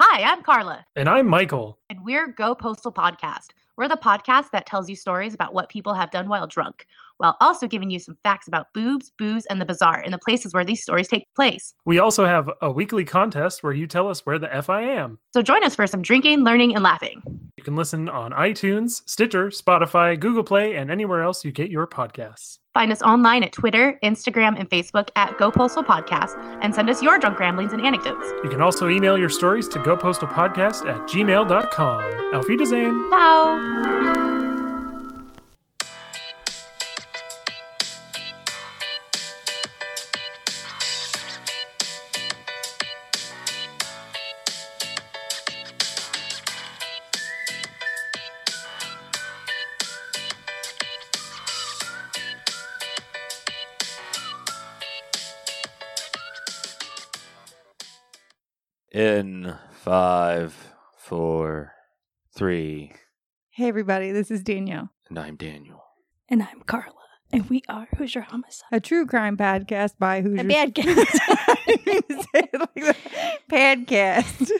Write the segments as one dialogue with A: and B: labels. A: Hi, I'm Carla,
B: And I'm Michael.
A: and we're Go Postal Podcast. We're the podcast that tells you stories about what people have done while drunk, while also giving you some facts about boobs, booze, and the bazaar and the places where these stories take place.
B: We also have a weekly contest where you tell us where the F I am.
A: So join us for some drinking, learning, and laughing.
B: You can listen on iTunes, Stitcher, Spotify, Google Play, and anywhere else you get your podcasts.
A: Find us online at Twitter, Instagram, and Facebook at Go Postal Podcast, and send us your drunk ramblings and anecdotes.
B: You can also email your stories to gopostalpodcast at gmail.com. Auf Wiedersehen.
A: Ciao.
C: in five, four, three,
D: Hey, everybody, this is Danielle,
C: and I'm Daniel.
E: And I'm Carla. And we are Who's Your Homicide.
D: a true crime podcast by Hoosiers.
E: A bad guest.
D: I didn't say it like that. Podcast.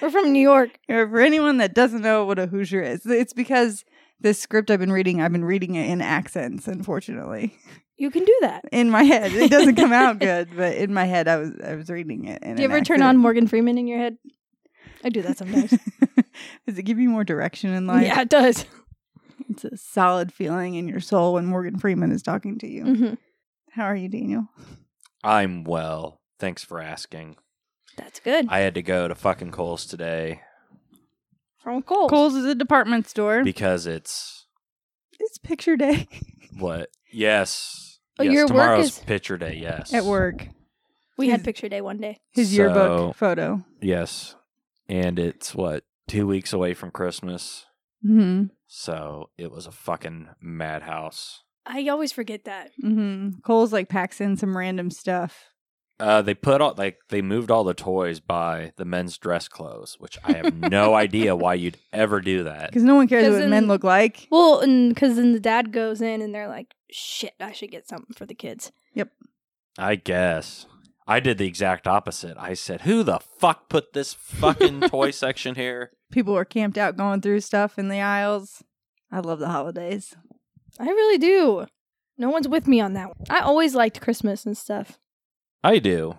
E: We're from New York.
D: Or For anyone that doesn't know what a Hoosier is, it's because this script I've been reading, I've been reading it in accents, unfortunately.
E: You can do that.
D: In my head. It doesn't come out good, but in my head, I was I was reading it. In
E: Do you
D: an
E: ever turn on
D: accent.
E: Morgan Freeman in your head? I do that sometimes.
D: Does it give you more direction in life?
E: yeah, it does.
D: It's a solid feeling in your soul when Morgan Freeman is talking to you.
E: hmm
D: How are you, Daniel?
C: I'm well. Thanks for asking.
E: That's good.
C: I had to go to fucking Cole's today
E: from Cole.
D: Kohl's is a department store.
C: because it's
D: it's picture day
C: what? Yes.
E: Oh,
C: yes,
E: your work
C: tomorrow's
E: is-
C: picture day. Yes.
D: at work.
E: We had
D: His-
E: picture day one day.
D: His
C: So-
D: yearbook photo.
C: Yes. And it's what? Two weeks away from Christmas.
D: hmm
C: So it was a fucking madhouse.
E: I always forget that.
D: hmm Cole's like packs in some random stuff.
C: Uh, they put all like they moved all the toys by the men's dress clothes, which I have no idea why you'd ever do that.
D: Because no one cares
E: 'Cause
D: what men
E: in-
D: look like.
E: Well, and because Mm, then the dad goes in and they're like, shit, I should get something for the kids.
C: I guess. I did the exact opposite. I said, "Who the fuck put this fucking toy section here?"
D: People were camped out going through stuff in the aisles. I love the holidays.
E: I really do. No one's with me on that one. I always liked Christmas and stuff.
C: I do.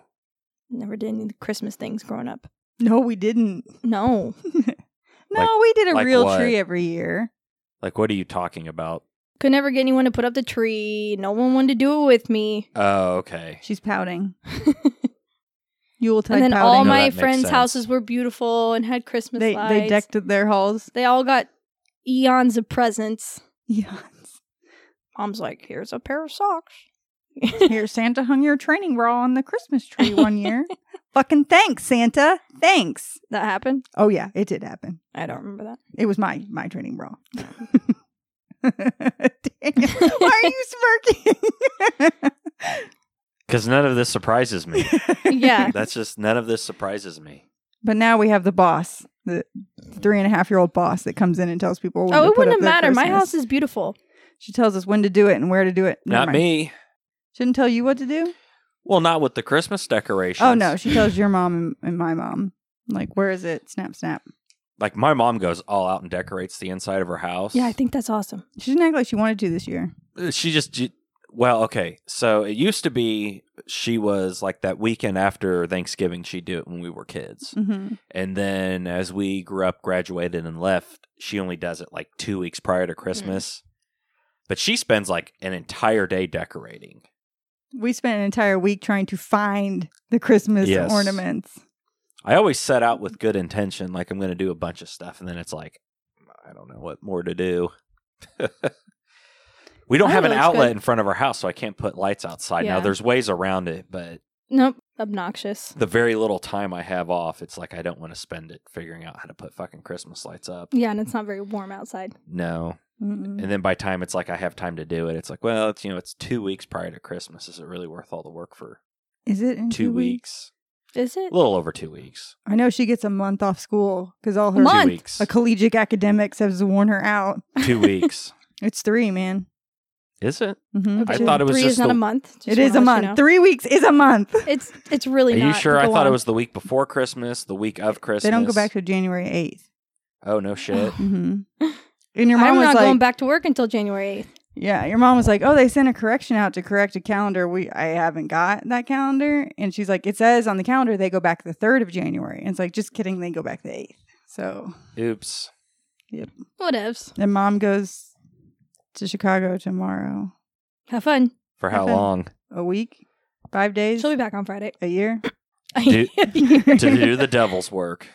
E: Never did any of the Christmas things growing up.
D: No, we didn't.
E: No.
D: no, we did a
C: like
D: real
C: what?
D: tree every year.
C: Like, what are you talking about?
E: Could never get anyone to put up the tree. No one wanted to do it with me.
C: Oh, okay.
D: She's pouting. Yuletide
E: and then
D: pouting.
E: all
C: No, that
E: my
C: makes
E: friends'
C: sense.
E: houses were beautiful and had Christmas
D: they,
E: lights.
D: they decked their halls.
E: They all got eons of presents.
D: Yeah.
E: Mom's like, "Here's a pair of socks."
D: Here, Santa hung your training bra on the Christmas tree one year. Fucking thanks, Santa. Thanks.
E: That happened.
D: Oh yeah, it did happen.
E: I don't remember that.
D: It was my my training bra. Dang it. Why are you smirking?
C: Because none of this surprises me.
E: Yeah.
C: That's just none of this surprises me.
D: But now we have the boss, the three and a half year old boss that comes in and tells people. When
E: oh,
D: to
E: it
D: put
E: wouldn't
D: up
E: have
D: their
E: mattered. My
D: Christmas.
E: house is beautiful.
D: She tells us when to do it and where to do it. Never
C: Not
D: mind.
C: me.
D: She didn't tell you what to do.
C: Well, not with the Christmas decorations.
D: Oh no, she tells your mom and, and my mom. Like, where is it? Snap, snap.
C: Like my mom goes all out and decorates the inside of her house. Uh,
E: Yeah, I think that's awesome.
D: She didn't act like she wanted to this year.
C: she just ju- well okay so it used to be she was like that weekend after thanksgiving she'd do it when we were kids
D: Mm-hmm.
C: and then as we grew up graduated and left she only does it like two weeks prior
E: Hmm.
C: to christmas but she spends like an entire day decorating
D: We spent an entire week trying to find the Christmas
C: Yes.
D: ornaments.
C: i always set out with good intention like i'm gonna do a bunch of stuff and then it's like i don't know what more to do we don't
E: I
C: have an
E: know it's
C: outlet
E: good.
C: in front of our house so i can't put lights outside now
E: Yeah.
C: there's ways around it but
E: Nope, obnoxious.
C: the very little time I have off, it's like I don't want to spend it figuring out how to put fucking Christmas lights up.
E: Yeah, and it's not very warm outside.
C: No.
D: Mm-mm.
C: And then by time it's like I have time to do it, it's like, well, it's you know, it's two weeks prior to Christmas. Is it really worth all the work for
D: Is it in
C: two,
D: two,
C: weeks?
E: Is it?
C: A little over two weeks.
D: I know she gets a month off school because all her
E: A month?
C: Two weeks.
D: a collegiate academics has worn her out.
C: two weeks.
D: It's three, man.
C: Is it?
D: Mhm.
C: I
E: Okay.
C: thought it was
E: three
C: just
E: is not
C: the-
E: a month. Just
D: It is a
E: wanna
D: month.
E: let you know.
D: Three weeks is a month.
E: It's it's really.
C: Are you
E: not,
C: sure?
E: but
C: I
E: go
C: thought it
E: on.
C: was the week before Christmas, the week of Christmas.
D: They don't go back to January 8th.
C: Oh no, shit.
D: hmm And your mom
E: I'm
D: was
E: not
D: like,
E: going back to work until January eighth.
D: Yeah, your mom was like, "Oh, they sent a correction out to correct a calendar. We I haven't got that calendar." And she's like, "It says on the calendar they go back the third of January." And it's like, "Just kidding, they go back the 8th. So
C: Oops.
E: Whatevs.
D: then mom goes to Chicago tomorrow.
E: Have fun.
C: For how
D: Okay.
C: long
D: A week, five days,
E: She'll be back on Friday.
D: a year.
C: Do- to
E: Gotta
C: do the devil's work?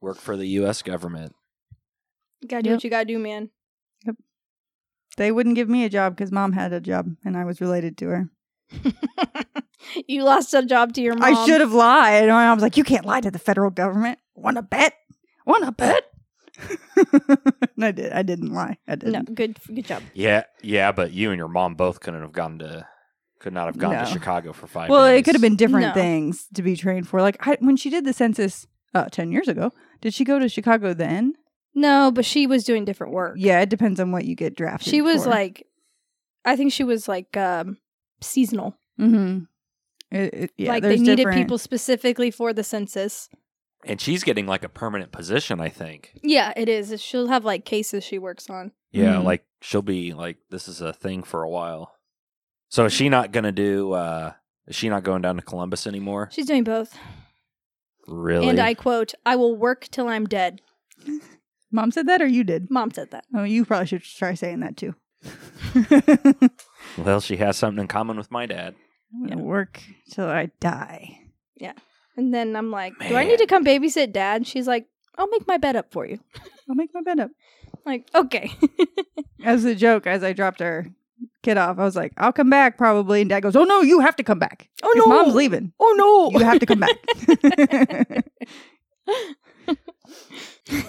C: Work for the U.S. government.
E: do
D: Yep.
E: what you gotta do, man.
D: They wouldn't give me a job because mom had a job and I was related to her.
E: you lost a job to your mom.
D: I should have lied. And I was like, "You can't lie to the federal government. Want to bet? Want to bet?" and I did. I didn't lie. I didn't.
E: No, good, good job.
C: Yeah, yeah, but you and your mom both couldn't have gone to, could not have gone
D: No.
C: to Chicago for five.
D: well
C: days.
D: it could have been different
E: No.
D: things to be trained for like I, when she did the census uh, 10 years ago did she go to chicago then
E: No, but she was doing different work.
D: yeah it depends on what you get drafted
E: she was
D: for.
E: like, I think she was like um seasonal.
D: Mhm. It- it- yeah,
E: like they
D: there's
E: needed
D: different-
E: people specifically for the census.
C: And she's getting like a permanent position, I think.
E: Yeah, it is. She'll have like cases she works on.
C: Yeah,
D: Mhm.
C: like she'll be like this is a thing for a while. So is she not gonna do? uh Is she not going down to Columbus anymore?
E: She's doing both.
C: really?
E: And I quote, "I will work till I'm dead."
D: mom said that or you did
E: Mom said that.
D: oh you probably should try saying that too
C: well, she has something in common with my dad.
D: i'm gonna work till i die
E: And then I'm like, "Do I
C: Man.
E: need to come babysit dad?" And she's like, "I'll make my bed up for you."
D: i'll make my bed up
E: Like, okay.
D: as a joke as i dropped our kid off i was like i'll come back probably and dad goes oh no you have to come back
E: oh
D: 'Cause mom's leaving
E: Oh no.
D: you have to come back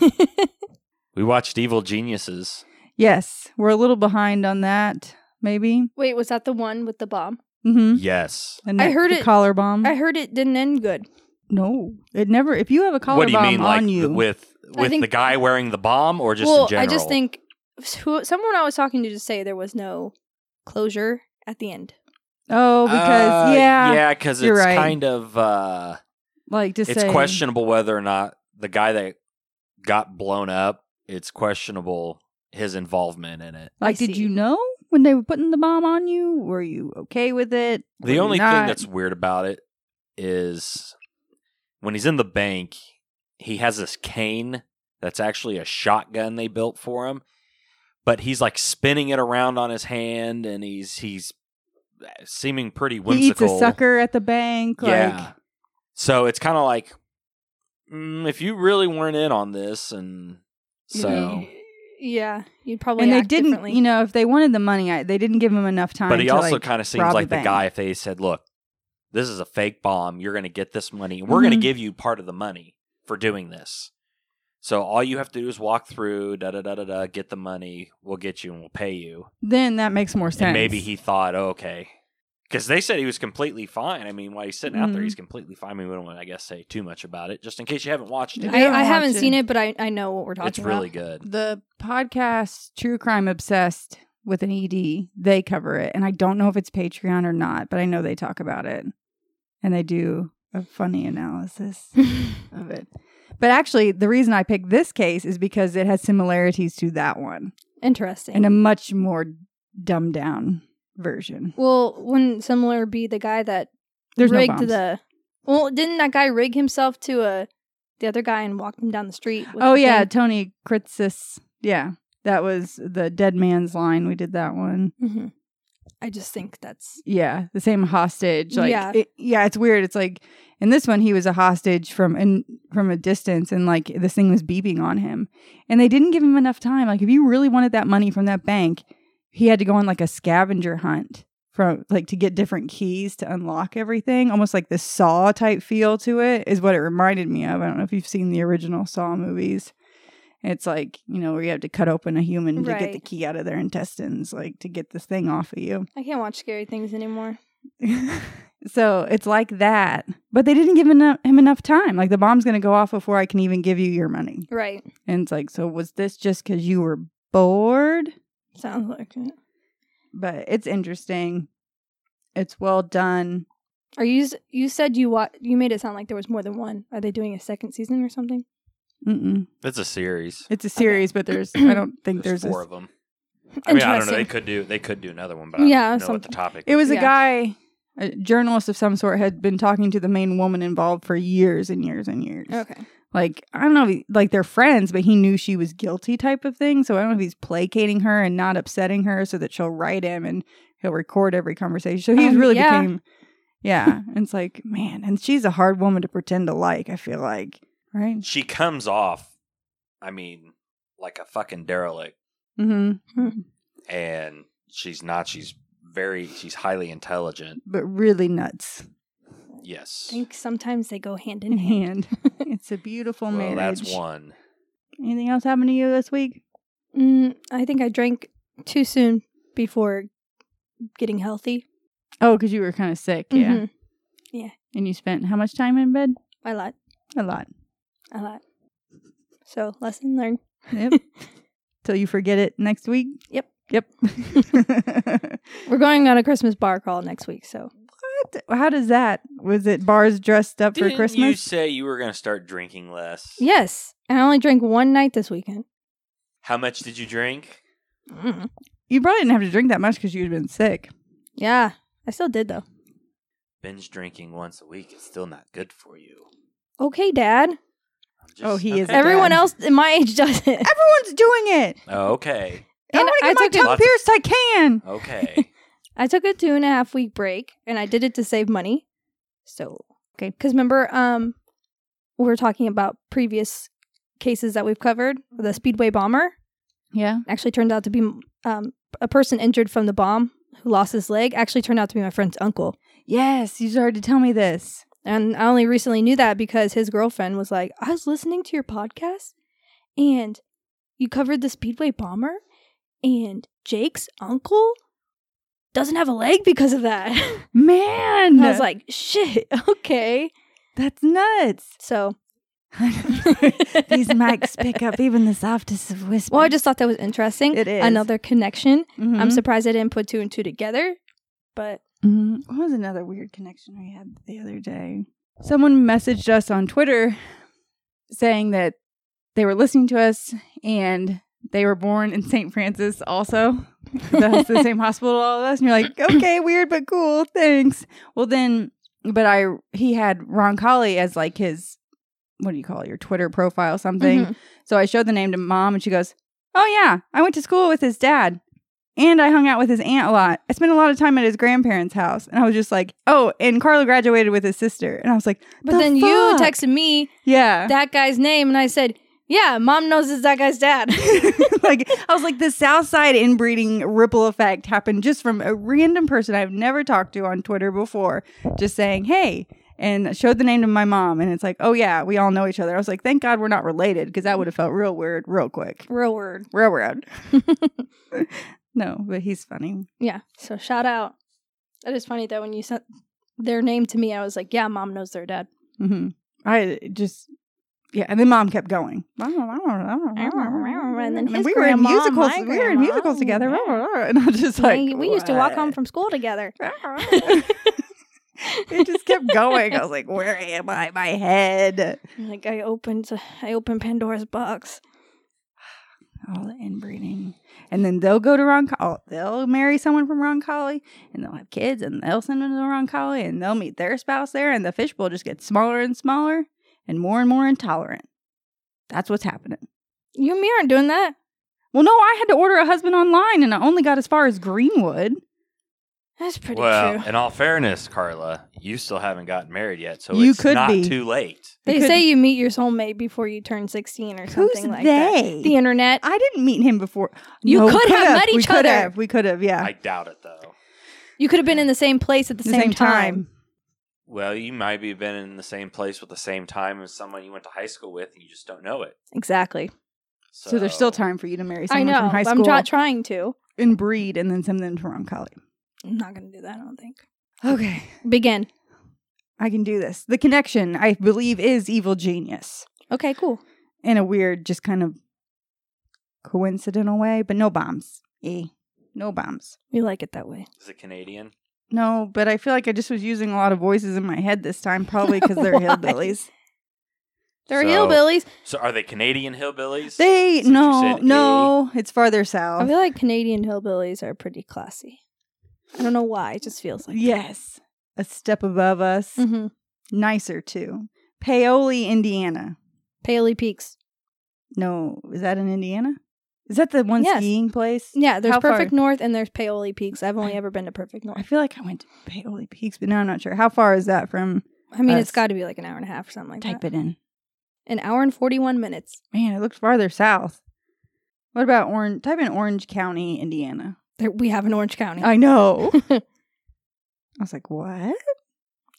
C: We watched Evil Geniuses.
D: Yes, we're a little behind on that, maybe.
E: Wait, was that the one with the bomb?
D: Mm-hmm.
C: Yes.
D: And
E: I heard
D: the
E: it-
D: collar bomb.
E: I heard it didn't end good.
D: no, it never. If you have a collar
C: what do you
D: bomb
C: mean,
D: on
C: like
D: you,
C: th- with
E: I
C: with
E: think-
C: the guy wearing the bomb, or just
E: well,
C: in general?
E: I just think who, someone I was talking to just say there was no closure at the end.
D: oh, because
C: Uh,
D: yeah,
C: yeah, because it's
D: you're right.
C: kind of uh,
D: like to
C: it's
D: say
C: questionable whether or not the guy that got blown up. It's questionable his involvement in it.
D: Like,
E: I
D: did
E: see.
D: you know when they were putting the bomb on you? Were you okay with it?
C: The
D: Were
C: only
D: you not?
C: thing that's weird about it is when he's in the bank, he has this cane that's actually a shotgun they built for him, but he's like spinning it around on his hand, and he's he's uh, seeming pretty
D: he eats
C: whimsical.
D: a sucker at the bank.
C: Yeah.
D: Like,
C: So it's kind of like mm, if you really weren't in on this, and so
E: Yeah, you'd probably.
D: and they
E: act
D: didn't.
E: differently.
D: You know, if they wanted the money, I, they didn't give him enough time.
C: but he
D: to,
C: also
D: like,
C: kind of seems
D: rob
C: like
D: the
C: the,
D: bank.
C: guy if they said, "Look, this is a fake bomb. You're going to get this money, and we're going to
D: Mhm.
C: give you part of the money for doing this. So all you have to do is walk through, da da da da da, get the money. We'll get you and we'll pay you."
D: Then that makes more sense.
C: And maybe he thought, oh, "Okay." Because they said he was completely fine. I mean, while he's sitting out there,
D: Mhm.
C: he's completely fine. We wouldn't want, to, I guess, say too much about it, just in case you haven't watched it.
D: I
E: I,
D: don't
E: I
D: watch
E: haven't
D: it.
E: seen it, but I, I know what we're talking
C: It's really
E: about.
C: good.
D: the podcast True Crime Obsessed with an ED, they cover it. And I don't know if it's Patreon or not, but I know they talk about it. And they do a funny analysis of it. But actually, the reason I picked this case is because it has similarities to that one
E: Interesting.
D: and um, a much more dumbed down version.
E: well, wouldn't similar be the guy that
D: There's no
E: rigged
D: bombs.
E: the? Well, didn't that guy rig himself to a the other guy and walk him down the street? with
D: oh
E: the
D: yeah,
E: thing?
D: Tony Kritzis. Yeah, that was the dead man's line. We did that one.
E: Mhm. I just think that's
D: Yeah, the same hostage. Like,
E: Yeah.
D: yeah, it, yeah, it's weird. It's like in this one, he was a hostage from and from a distance, and like this thing was beeping on him, and they didn't give him enough time. Like, if you really wanted that money from that bank, he had to go on like a scavenger hunt from like to get different keys to unlock everything. Almost like this Saw type feel to it is what it reminded me of. I don't know if you've seen the original Saw movies. It's like you know where you have to cut open a human to get the
E: Right.
D: key out of their intestines, like to get this thing off of you.
E: I can't watch scary things anymore.
D: so it's like that. But they didn't give enough, him enough time. Like the bomb's going to go off before I can even give you your money.
E: Right.
D: And it's like, so was this just because you were bored?
E: Sounds like it.
D: but it's interesting. It's well done.
E: Are you s- you said you wa- you made it sound like there was more than one. Are they doing a second season or something?
D: Mm-mm.
C: It's a series.
D: It's a series, but there's I don't think
C: There's,
D: there's,
C: four
D: a,
C: of them. I mean, I don't know. They
E: Interesting.
C: could do. They could do another one, but I
E: Yeah,
C: don't know what the
E: something.
C: topic.
D: It was a
E: Yeah.
D: guy, a journalist of some sort, had been talking to the main woman involved for years and years and years.
E: Okay.
D: Like I don't know, if he- like they're friends, but he knew she was guilty, type of thing. So I don't know if he's placating her and not upsetting her, so that she'll write him and he'll record every conversation. So he
E: Um,
D: really
E: yeah.
D: became, yeah. And it's like, man, and she's a hard woman to pretend to like. I feel like, right?
C: She comes off. I mean, like a fucking derelict,
D: Mm-hmm.
C: and she's not. She's very. She's highly intelligent.
D: But really nuts
E: I
C: Yes.
E: think sometimes they go hand in
D: in
E: hand.
D: hand. it's a beautiful
C: Well,
D: marriage.
C: that's one.
D: Anything else happened to you this week?
E: Mm, I think I drank too soon before getting healthy.
D: Oh, because you were kind of sick. Yeah.
E: Mhm.
D: And you spent how much time in bed?
E: I lied.
D: A lot.
E: I lied. So lesson learned.
D: Yep. Till you forget it next week?
E: Yep.
D: Yep.
E: We're going on a Christmas bar crawl next week, so
D: what? How does that? Was it bars dressed up
C: Didn't
D: for
C: you
D: Christmas?
C: say you were going to start drinking less?
E: yes. And I only drank one night this weekend.
C: How much did you drink?
E: Mm.
D: You, probably didn't have to drink that much because you'd been sick.
E: Yeah, I still did though.
C: Binge drinking once a week is still not good for you.
E: Okay, Dad.
C: I'm just-
D: Oh, he is a
E: Everyone
D: dad.
E: else in my age does it.
D: Everyone's doing it.
C: Oh, okay.
D: And I
E: And
D: want to
E: I
D: get my
E: took it-
D: tongue
C: Lots of-
D: pierced. I can.
C: Okay.
E: I took a two and a half week break, and I did it to save money. So okay, because remember, um, we were talking about previous cases that we've covered. The Speedway bomber
D: Yeah.
E: actually turned out to be um, a person injured from the bomb who lost his leg. Actually, turned out to be my friend's uncle,
D: Yes. You started to tell me this.
E: and I only recently knew that because his girlfriend was like, "I was listening to your podcast, and you covered the Speedway bomber, and Jake's uncle." Doesn't have a leg because of that.
D: Man.
E: And I was like, shit, okay.
D: that's nuts.
E: So,
D: These mics pick up even the softest of whispers.
E: well, I just thought that was interesting.
D: It is.
E: Another connection.
D: Mhm.
E: I'm surprised I didn't put two and two together, but
D: Mm, what was another weird connection we had the other day? Someone messaged us on Twitter saying that they were listening to us and they were born in St. Francis also. That's the same hospital all of us. And you're like, okay, weird but cool. Thanks. Well then but I he had Ron Colley as like his what do you call it, your Twitter profile something.
E: Mhm.
D: So I showed the name to mom and she goes, Oh, yeah, I went to school with his dad and I hung out with his aunt a lot. I spent a lot of time at his grandparents' house. And I was just like, Oh, and Carla graduated with his sister. And I was like,
E: but
D: "The
E: then
D: fuck?"
E: you texted me
D: Yeah.
E: that guy's name, and I said, yeah, mom knows it's that guy's dad.
D: like, I was like, the South Side inbreeding ripple effect happened just from a random person I've never talked to on Twitter before, just saying, Hey, and showed the name to my mom. And it's like, Oh, yeah, we all know each other. I was like, Thank God we're not related because that would have felt real weird real quick.
E: Real word.
D: railroad. no, but he's funny.
E: Yeah. So shout out. That is funny though. When you sent their name to me, I was like, yeah, mom knows their dad.
D: hmm I just yeah, and then mom kept going. And
E: And then his
D: we were in
E: grandma,
D: musicals.
E: my
D: We were in
E: grandma.
D: musicals together, and I was just
E: Like,
D: like,
E: we used to walk home from school together.
D: "What?" it just kept going. I was like, "Where am I? My head."
E: Like I opened, I opened Pandora's box.
D: All the inbreeding, and then they'll go to Ron. Coll- they'll marry someone from Ron Collie, and they'll have kids, and they'll send them to Ron Collie, and they'll meet their spouse there, and the fishbowl just gets smaller and smaller, and more and more intolerant. That's what's happening.
E: You and me aren't doing that.
D: Well, no, I had to order a husband online, and I only got as far as Greenwood.
E: That's pretty
C: well,
E: true.
C: in all fairness, Carla, you still haven't gotten married yet, so
D: You
C: it's
D: could
C: not
D: be.
C: too late.
E: They
D: could-
E: say you meet your soulmate before you turn 16 or something
D: Who's
E: like that.
D: they?
E: The internet.
D: I didn't meet him before.
E: You could have met
D: we
E: each
D: could
E: other.
D: Have, we could have, yeah.
C: I doubt it, though.
E: you could have been in the same place at the,
D: The
E: same, time.
C: Well, you might be been in the same place with the same time as someone you went to high school with, and you just don't know it.
E: Exactly.
C: So,
D: So, there's still time for you to marry
E: I
D: someone
E: know.
D: from high
E: but
D: school
E: I'm not trying to.
D: and breed, and then send them to Ron College.
E: I'm not going to do that, I don't think.
D: Okay,
E: Begin.
D: I can do this. The connection, I believe, is evil genius
E: Okay, cool.
D: in a weird, just kind of coincidental way, but no bombs. E. No bombs.
E: We like it that way.
C: Is it Canadian?
D: No, but I feel like I just was using a lot of voices in my head this time, probably because they're
E: Why?
D: hillbillies.
E: They're
C: So-
E: hillbillies.
C: So are they Canadian hillbillies?
D: They
C: Is that what you
D: no,
C: said,
D: no, it's farther
E: eh? I
D: south.
E: feel like Canadian hillbillies are pretty classy. I don't know why. It just feels like
D: yes, a step above us,
E: hmm
D: nicer too. Paoli, Indiana.
E: Paley Peaks.
D: No, is that in Indiana? Is that the one
E: Yes.
D: skiing place?
E: Yeah, there's
D: How far?
E: Perfect North and there's Paoli Peaks. I've only ever been to Perfect
D: I
E: North.
D: feel like I went to Paoli Peaks, but now I'm not sure. How far is that from?
E: I mean, it's
D: Us.
E: got to be like an hour and a half or something like
D: Type
E: that.
D: it in.
E: An hour and 41 minutes.
D: Man, it looked farther south. What about Orange? Type in Orange County, Indiana.
E: There, we have in Orange County.
D: I know. I was like, what?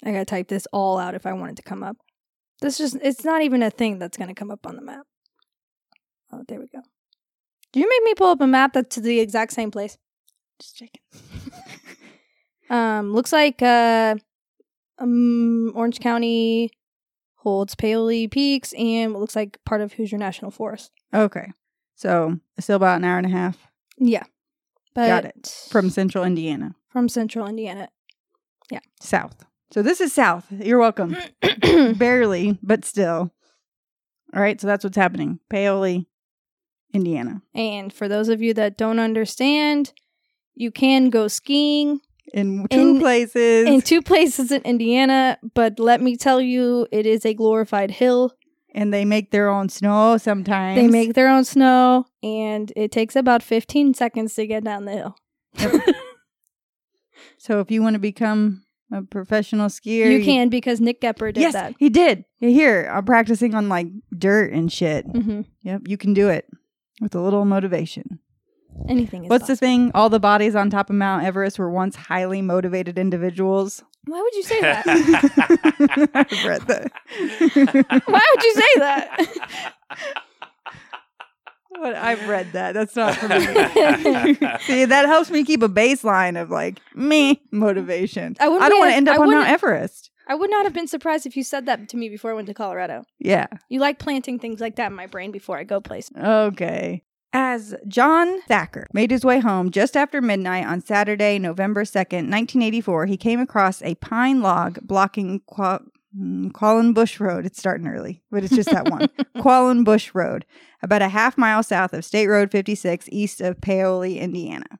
E: I gotta type this all out if I want it to come up. This just it's not even a thing that's gonna come up on the map. Oh, there we go. Do you make me pull up a map that's to the exact same place?
D: Just checking.
E: Um, looks like uh um Orange County holds Paoli Peaks and what looks like part of Hoosier National Forest.
D: Okay. So still about an hour and a half
E: Yeah. But
D: Got from central Indiana,
E: from central Indiana.
D: south. So this is south. You're welcome. Barely, but still. All right. So that's what's happening. Paoli, Indiana.
E: and for those of you that don't understand, you can go skiing
D: In two
E: In-
D: places.
E: in two places in Indiana, but let me tell you, it is a glorified hill.
D: and they make their own snow sometimes.
E: They make their own snow, and it takes about 15 seconds to get down the hill.
D: So if you want to become a professional skier,
E: you can because Nick Gepper did
D: yes,
E: that.
D: he did. Yeah, Here, I'm practicing on like dirt and shit.
E: hmm
D: Yep, you can do it with a little motivation.
E: Anything is
D: What's the
E: possible.
D: thing? All the bodies on top of Mount Everest were once highly motivated individuals.
E: Why would you say that?
D: I read that.
E: Why would you say that?
D: What I've read that. That's not for me. See, that helps me keep a baseline of like me motivation.
E: I
D: I, don't
E: wouldn't be
D: want to
E: as-
D: end
E: I
D: up on Mount
E: wouldn't-
D: Everest.
E: I would not have been surprised if you said that to me before I went to Colorado.
D: Yeah.
E: You like planting things like that in my brain before I go places.
D: Okay. As John Thacker made his way home just after midnight on Saturday, November 2nd, 1984, he came across a pine log blocking Qua- mm, Quallen Bush Road. It's starting early, but it's just that one. Quallen Bush Road, about a half mile south of State Road 56, east of Paoli, Indiana.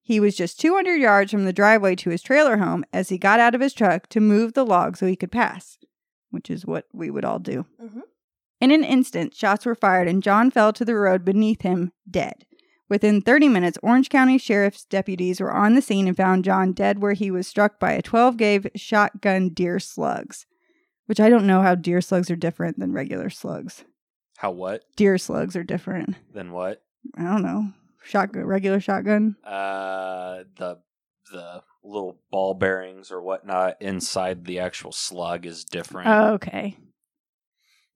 D: He was just 200 yards from the driveway to his trailer home as he got out of his truck to move the log so he could pass, which is what we would all do.
E: Mhm.
D: In an instant, shots were fired and John fell to the road beneath him, dead. Within 30 minutes, Orange County Sheriff's deputies were on the scene and found John dead where he was struck by a 12 gauge shotgun deer slugs, which I don't know how deer slugs are different than regular slugs.
C: How what?
D: Deer slugs are different.
C: Then what?
D: I don't know. Shotgun, regular shotgun.
C: Uh, the the little ball bearings or whatnot inside the actual slug is different.
D: Oh. okay.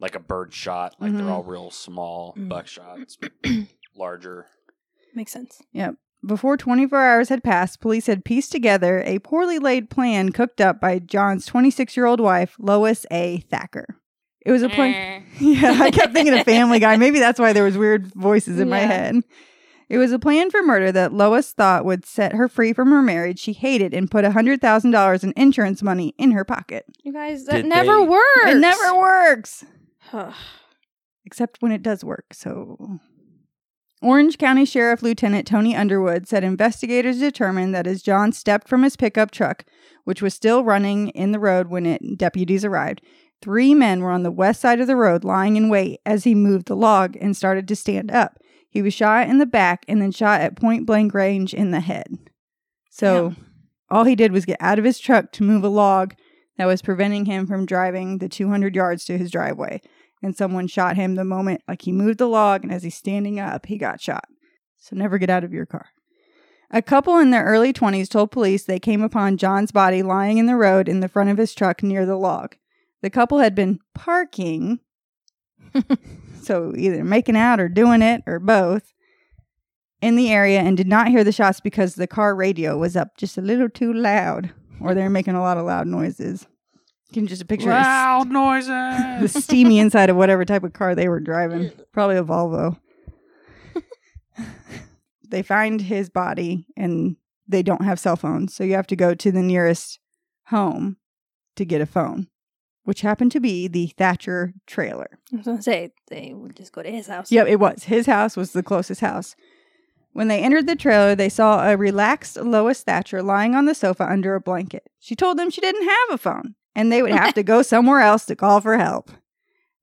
C: like a bird shot, like
D: Mhm.
C: they're all real small
E: Mm.
C: buckshots, larger.
E: Makes sense.
D: Before 24 hours had passed, police had pieced together a poorly laid plan cooked up by John's 26 year old wife, Lois A. Thacker. It was a
A: Mm.
D: plan. Yeah, I kept thinking of Family Guy. Maybe that's why there was weird voices in my
E: Yeah.
D: head. It was a plan for murder that Lois thought would set her free from her marriage she hated and put $100,000 in insurance money in her pocket.
E: You guys, that
C: Did
E: never
C: they-
E: works.
D: It never works,
E: works.
D: except when it does work. So Orange County Sheriff Lieutenant Tony Underwood said investigators determined that as John stepped from his pickup truck, which was still running in the road when it, deputies arrived, three men were on the west side of the road lying in wait as he moved the log and started to stand up. He was shot in the back and then shot at point blank range in the head. So all he did was get out of his truck to move a log that was preventing him from driving the 200 yards to his driveway. And someone shot him the moment like he moved the log and as he's standing up, he got shot. So never get out of your car. A couple in their early 20s told police they came upon John's body lying in the road in the front of his truck near the log. The couple had been parking, so either making out or doing it or both, in the area and did not hear the shots because the car radio was up just a little too loud or they're making a lot of loud noises. Can you just picture a s- the
C: noises.
D: steamy inside of whatever type of car they were driving. Probably a Volvo. they find his body and they don't have cell phones. So you have to go to the nearest home to get a phone, which happened to be the Thatcher trailer.
E: I was gonna say they would just go to his house.
D: Yep, it was. His house was the closest house. When they entered the trailer, they saw a relaxed Lois Thatcher lying on the sofa under a blanket. She told them she didn't have a phone and they would have to go somewhere else to call for help.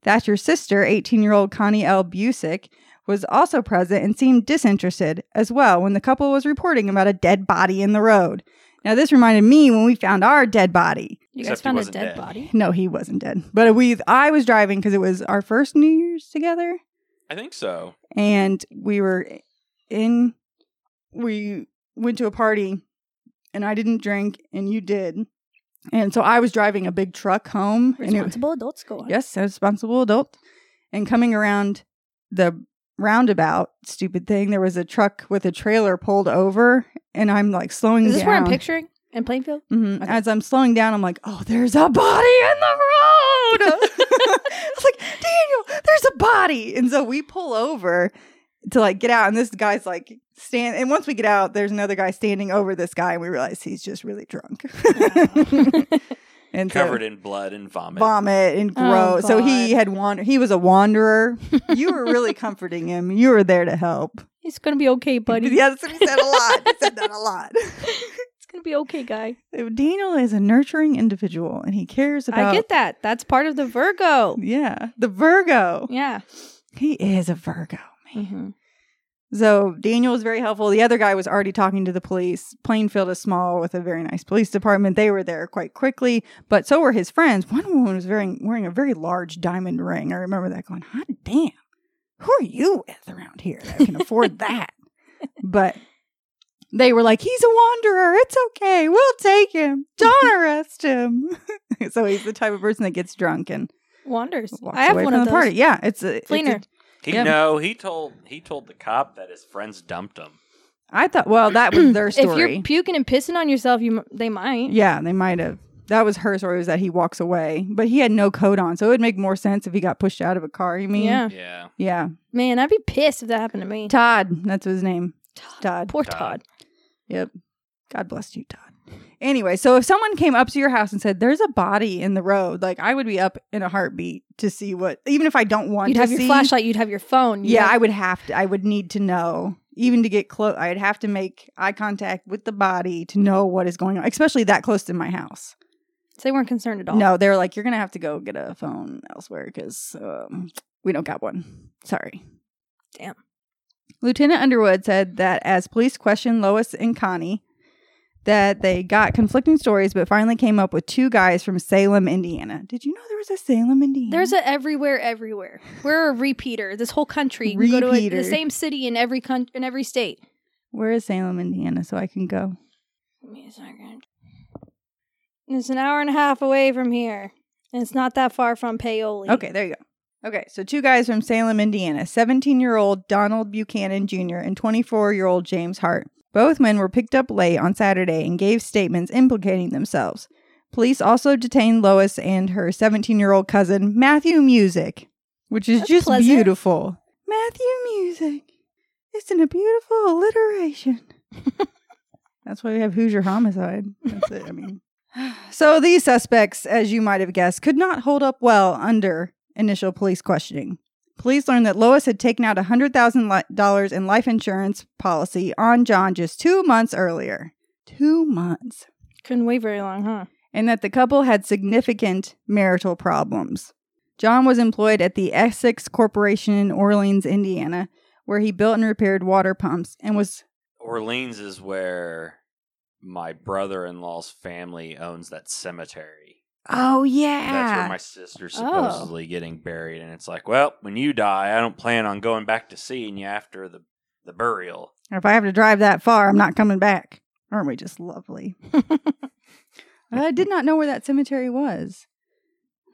D: Thatcher's sister, 18 year old Connie L. Busick, was also present and seemed disinterested as well when the couple was reporting about a dead body in the road. Now, this reminded me when we found our dead body.
E: You
C: Except
E: guys
C: he
E: found a
C: wasn't
E: dead
C: dead.
E: body.
D: No, he wasn't dead. But we I was driving because it was our first New Year's together
C: I think so.
D: and we were in we went to a party and I didn't drink and you did. And so I was driving a big truck home and it,
E: Responsible adults go on.
D: Yes, a responsible adult. And coming around the roundabout, stupid thing, there was a truck with a trailer pulled over, and I'm like slowing
E: Is this
D: down.
E: where I'm picturing in Plainfield?
D: Mhm.
E: Okay.
D: As I'm slowing down, I'm like, oh, there's a body in the road. I was like, Daniel, there's a body. And so we pull over to like get out, and this guy's like, stand. And once we get out, there's another guy standing over this guy, and we realize he's just really drunk. and so-
C: Covered in blood and vomit.
D: vomit and
E: Oh,
D: grow. so he
E: God.
D: had wander. He was a wanderer. you were really comforting him. You were there to help.
E: It's gonna be okay, buddy.
D: Yeah, that's what he said a lot. He said that a lot.
E: It's gonna be okay, guy.
D: Daniel is a nurturing individual, and he cares about.
E: I get that. That's part of the Virgo.
D: Yeah, the Virgo.
E: Yeah.
D: He is a Virgo. Mm-hmm. So Daniel was very helpful. The other guy was already talking to the police. Plainfield is small with a very nice police department. They were there quite quickly, but so were his friends. One woman was wearing, wearing a very large diamond ring. I remember that going, hot damn, who are you with around here that can afford that? But they were like, he's a wanderer. It's okay. We'll take him. Don't arrest him. so he's the type of person that gets drunk and
E: Wanders.
D: walks
E: I have
D: away
E: one
D: from
E: of
D: the
E: those.
D: party. Yeah, it's a it's a-
E: Fleener.
C: He
D: Yeah.
C: no, he told he told the cop that his friends dumped him.
D: I thought, well, that was their story.
E: If you're puking and pissing on yourself, you m- they might.
D: Yeah, they might have. That was her story was that he walks away, but he had no coat on, so it would make more sense if he got pushed out of a car. You mean?
E: Yeah.
C: Yeah.
D: Yeah.
E: Man, I'd be pissed if that happened to me.
D: Todd, that's his name.
E: Todd.
D: Todd.
E: Poor
C: Todd.
E: Todd.
D: Yep. God bless you, Todd. Anyway, so if someone came up to your house and said, "There's a body in the road," like I would be up in a heartbeat to see what, even if I don't want
E: You'd
D: to
E: have your
D: see-
E: flashlight. You'd have your phone. you'd
D: Yeah,
E: have-
D: I would have to. I would need to know, even to get close. I'd have to make eye contact with the body to know what is going on, especially that close to my house.
E: so they weren't concerned at all.
D: No, they were like, you're gonna have to go get a phone elsewhere because um, we don't got one. Sorry.
E: Damn.
D: Lieutenant Underwood said that as police questioned Lois and Connie, that they got conflicting stories, but finally came up with two guys from Salem, Indiana. Did you know there was a Salem, Indiana?
E: There's a everywhere, everywhere. We're a repeater. This whole country. You go to a,
D: Repeater.
E: the same city in every country, in every state.
D: Where is Salem, Indiana, so I can go?
E: Give me a second. It's an hour and a half away from here, and it's not that far from Paoli.
D: Okay, there you go. Okay, so two guys from Salem, Indiana 17 year old Donald Buchanan Jr. and 24 year old James Hart. Both men were picked up late on Saturday and gave statements implicating themselves. Police also detained Lois and her 17 year old cousin, Matthew Music, which is
E: That's
D: just
E: pleasant.
D: beautiful. Matthew Music. It's in a beautiful alliteration. That's why we have Hoosier Homicide. That's it. I mean, so these suspects, as you might have guessed, could not hold up well under initial police questioning. Police learned that Lois had taken out $100,000 in life insurance policy on John just two months earlier. Two months.
E: Couldn't wait very long, huh?
D: And that the couple had significant marital problems. John was employed at the Essex Corporation in Orleans, Indiana, where he built and repaired water pumps and was
C: Orleans is where my brother in law's family owns that cemetery.
D: Oh yeah.
C: That's where my sister's supposedly getting buried. And it's like, well, when you die, I don't plan on going back to seeing you after the, the burial.
D: If I have to drive that far, I'm not coming back. Aren't we just lovely? I did not know where that cemetery was.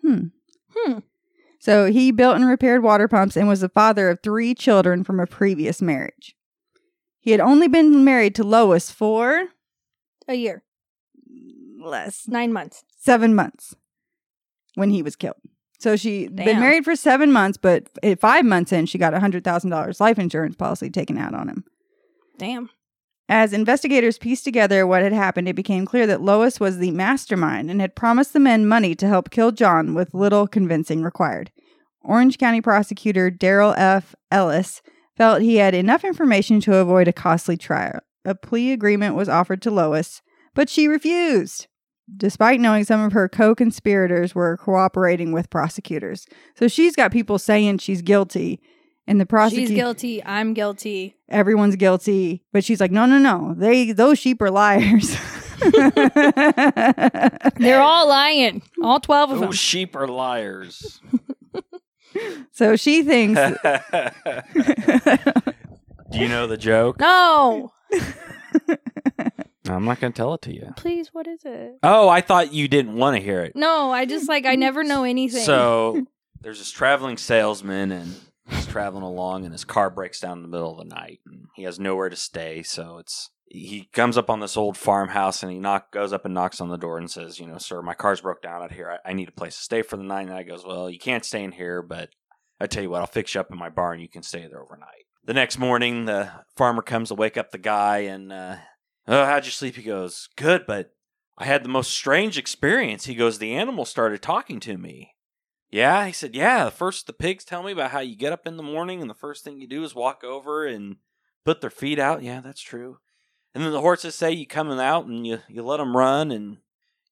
D: Hmm.
E: Hmm.
D: So he built and repaired water pumps and was the father of three children from a previous marriage. He had only been married to Lois for
E: A year,
D: less
E: nine months.
D: seven months when he was killed. So she had been
E: Damn.
D: married for eh, seven months, but at five months in, she got a hundred thousand dollars life insurance policy taken out on him.
E: Damn.
D: As investigators pieced together what had happened, it became clear that Lois was the mastermind and had promised the men money to help kill John with little convincing required. Orange County prosecutor Daryl F. Ellis felt he had enough information to avoid a costly trial. A plea agreement was offered to Lois, but she refused, despite knowing some of her co conspirators were cooperating with prosecutors. So she's got people saying she's guilty, and the
E: She's
D: prosecutor
E: guilty. I'm guilty.
D: everyone's guilty but she's like no no no they those sheep are liars
E: They're all lying. All 12
D: Oh,
E: of them.
C: Those sheep are liars.
D: so she thinks
C: Do you know the joke?
E: no.
C: I'm not going to tell it to you.
E: Please, what is it?
C: Oh, I thought you didn't want to hear it.
E: No, I just like, I never know anything.
C: So there's this traveling salesman, and he's traveling along, and his car breaks down in the middle of the night. And he has nowhere to stay, so it's he comes up on this old farmhouse, and he knock goes up and knocks on the door and says, "You know, sir, my car's broke down out here. I, I need a place to stay for the night." And I goes, "Well, you can't stay in here, but I tell you what, I'll fix you up in my barn. You can stay there overnight." The next morning, the farmer comes to wake up the guy, and uh, oh, how'd you sleep? He goes, "Good, but." I had the most strange experience. He goes, The animal started talking to me. Yeah, he said, Yeah, the first the pigs tell me about how you get up in the morning and the first thing you do is walk over and put their feet out. Yeah, that's true. And then the horses say you come out and you, you let them run and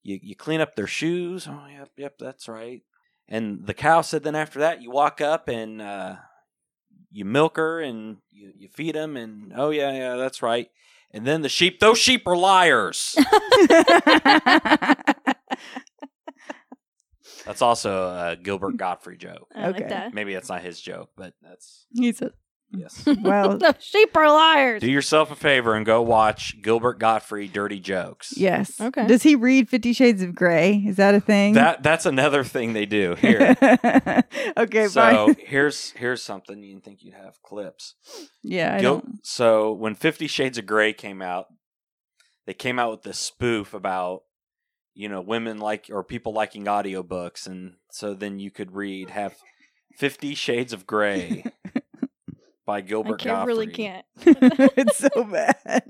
C: you, you clean up their shoes. Oh, yep, yep, that's right. And the cow said, Then after that, you walk up and uh, you milk her and you, you feed them. And oh, yeah, yeah, that's right. And then the sheep, those sheep are liars. That's also a Gilbert Godfrey joke.
E: I
D: Okay.
E: like that.
C: Maybe that's not his joke, but that's
D: he says
C: yes.
D: well
E: the sheep are liars.
C: Do yourself a favor and go watch Gilbert Godfrey Dirty Jokes.
D: yes
E: Okay.
D: does he read 50 shades of gray is that a thing
C: That that's another thing they do here.
D: okay
C: so
D: fine
C: here's here's something you didn't think you'd have clips.
D: yeah I
C: Gil-
D: don't-
C: so when 50 Shades of Grey came out, they came out with this spoof about you know women like or people liking audiobooks and so then you could read have 50 Shades of Grey by
E: I
C: Gilbert
E: can't, really
C: Gottfried.
E: can't.
D: it's so bad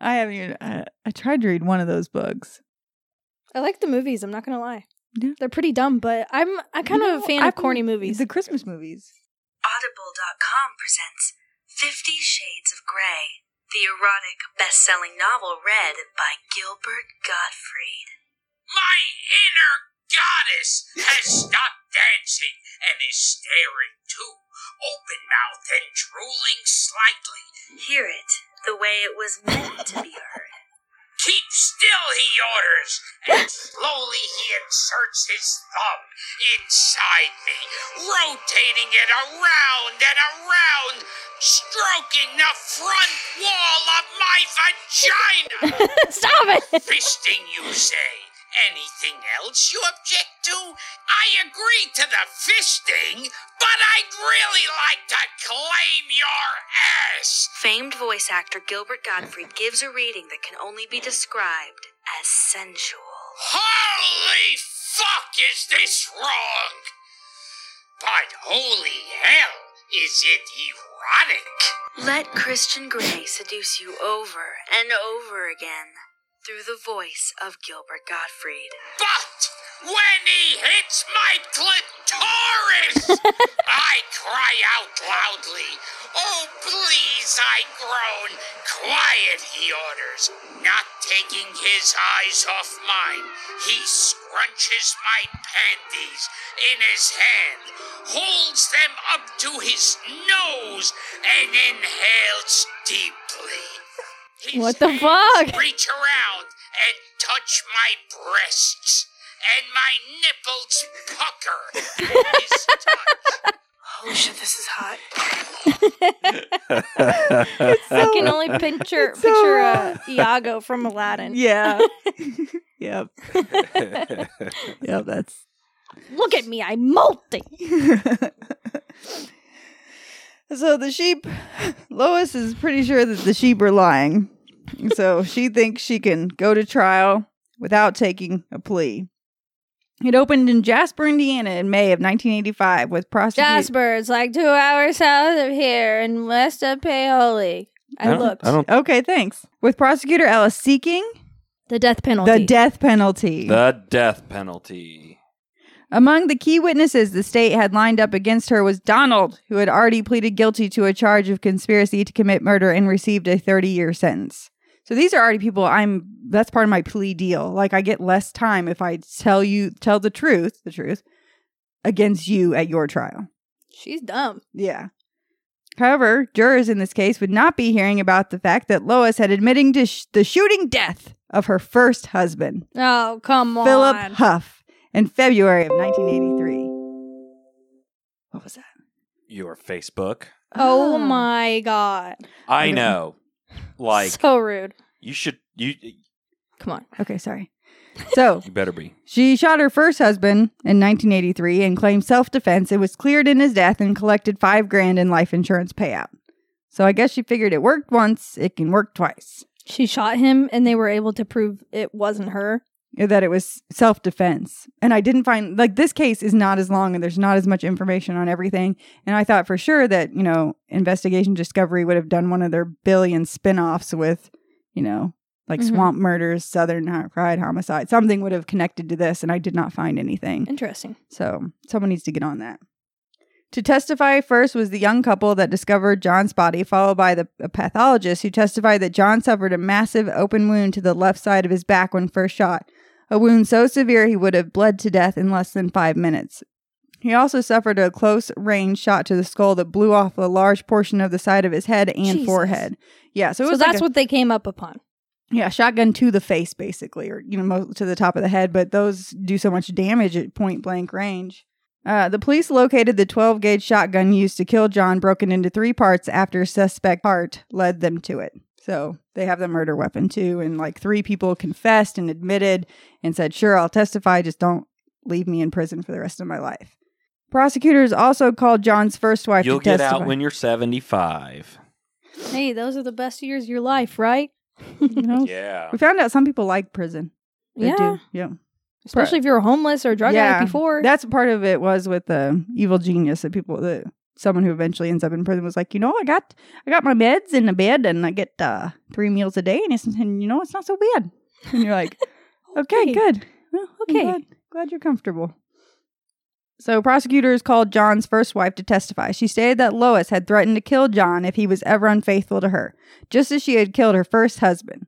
D: i haven't even I, I tried to read one of those books
E: I like the movies. I'm not gonna lie.
D: Yeah.
E: They're pretty dumb, but I'm I kind of
D: No,
E: a fan
D: I've-
E: of corny movies.
D: the christmas movies
F: Audible.com presents Fifty Shades of Grey, the erotic best selling novel read by Gilbert Gottfried.
G: My inner goddess has stopped dancing and is staring too, open mouthed and drooling slightly.
F: Hear it the way it was meant to be heard.
G: Keep still, he orders, and slowly he inserts his thumb inside me, rotating it around and around, stroking the front wall of my vagina.
E: Stop it!
G: Fisting, you say. Anything else you object to? I agree to the fisting, but I'd really like to claim your ass.
F: Famed voice actor Gilbert Gottfried gives a reading that can only be described as sensual.
G: Holy fuck, is this wrong? But holy hell, is it erotic?
F: Let Christian Grey seduce you over and over again through the voice of Gilbert Gottfried.
G: But when he hits my clitoris, I cry out loudly. Oh, please, I groan. Quiet, he orders, not taking his eyes off mine. He scrunches my panties in his hand, holds them up to his nose, and inhales deeply. His
E: What the
G: hands
E: fuck?
G: reach around and touch my breasts, and my nipples pucker at his touch.
F: Oh shit, this is hot.
E: I can only picture
D: It's so
E: picture uh,
D: wrong.
E: Iago from Aladdin.
D: yeah yep yep that's
E: Look at me, I'm molting.
D: so the sheep, Lois is pretty sure that the sheep are lying. So she thinks she can go to trial without taking a plea. It opened in Jasper, Indiana in May of 1985 with prostitute.
E: Jasper, it's like two hours south of here in west of Paoli. I,
C: don't-
E: looked.
C: I don't.
D: Okay, thanks. With prosecutor Ellis seeking
E: the death penalty.
D: the death penalty.
C: The death penalty.
D: Among the key witnesses the state had lined up against her was Donald, who had already pleaded guilty to a charge of conspiracy to commit murder and received a 30 year sentence. So these are already people I'm that's part of my plea deal. Like I get less time if I tell you tell the truth, the truth against you at your trial.
E: She's dumb.
D: Yeah. However, jurors in this case would not be hearing about the fact that Lois had admitting to sh- the shooting death of her first husband,
E: Oh, come on.
D: Philip Huff, in February of 1983. What was that?
C: Your Facebook.
E: Oh my god.
C: I
D: Okay.
C: know. Like
E: so rude.
C: you should. You
E: Come on.
D: Okay, sorry. So
C: you better be.
D: she shot her first husband in 1983 and claimed self defense. It was cleared in his death and collected five grand in life insurance payout. So I guess she figured it worked once, it can work twice.
E: She shot him and they were able to prove it wasn't her.
D: that it was self defense. And I didn't find like this case is not as long and there's not as much information on everything. And I thought for sure that, you know, Investigation Discovery would have done one of their billion spin offs with, you know, like
E: Mhm.
D: swamp murders, southern ho- pride homicide. Something would have connected to this and I did not find anything.
E: Interesting.
D: So someone needs to get on that. To testify first was the young couple that discovered John's body, followed by the a pathologist who testified that John suffered a massive open wound to the left side of his back when first shot, a wound so severe he would have bled to death in less than five minutes. He also suffered a close range shot to the skull that blew off a large portion of the side of his head and
E: Jesus.
D: forehead. Yeah, so it
E: So,
D: was like
E: that's
D: a-
E: what they came up upon.
D: yeah, shotgun to the face, basically, or you know, mo- to the top of the head. But those do so much damage at point blank range. Uh, the police located the 12 gauge shotgun used to kill John, broken into three parts after suspect Hart led them to it. So they have the murder weapon too, and like three people confessed and admitted and said, "Sure, I'll testify. Just don't leave me in prison for the rest of my life." Prosecutors also called John's first wife
C: You'll
D: to
C: get
D: testify.
C: out when you're 75.
E: Hey, those are the best years of your life, right?
D: You know?
C: Yeah.
D: We found out some people like prison. They
E: yeah.
D: do. Yeah.
E: Especially if you were homeless or drug
D: Yeah.
E: addict before.
D: That's part of it was with the evil genius that people that someone who eventually ends up in prison was like, you know, I got I got my meds in the bed and I get uh, three meals a day and it's and you know it's not so bad. And you're like, okay, good. Well, I'm
E: Okay.
D: glad, glad you're comfortable. So prosecutors called John's first wife to testify. She stated that Lois had threatened to kill John if he was ever unfaithful to her, just as she had killed her first husband.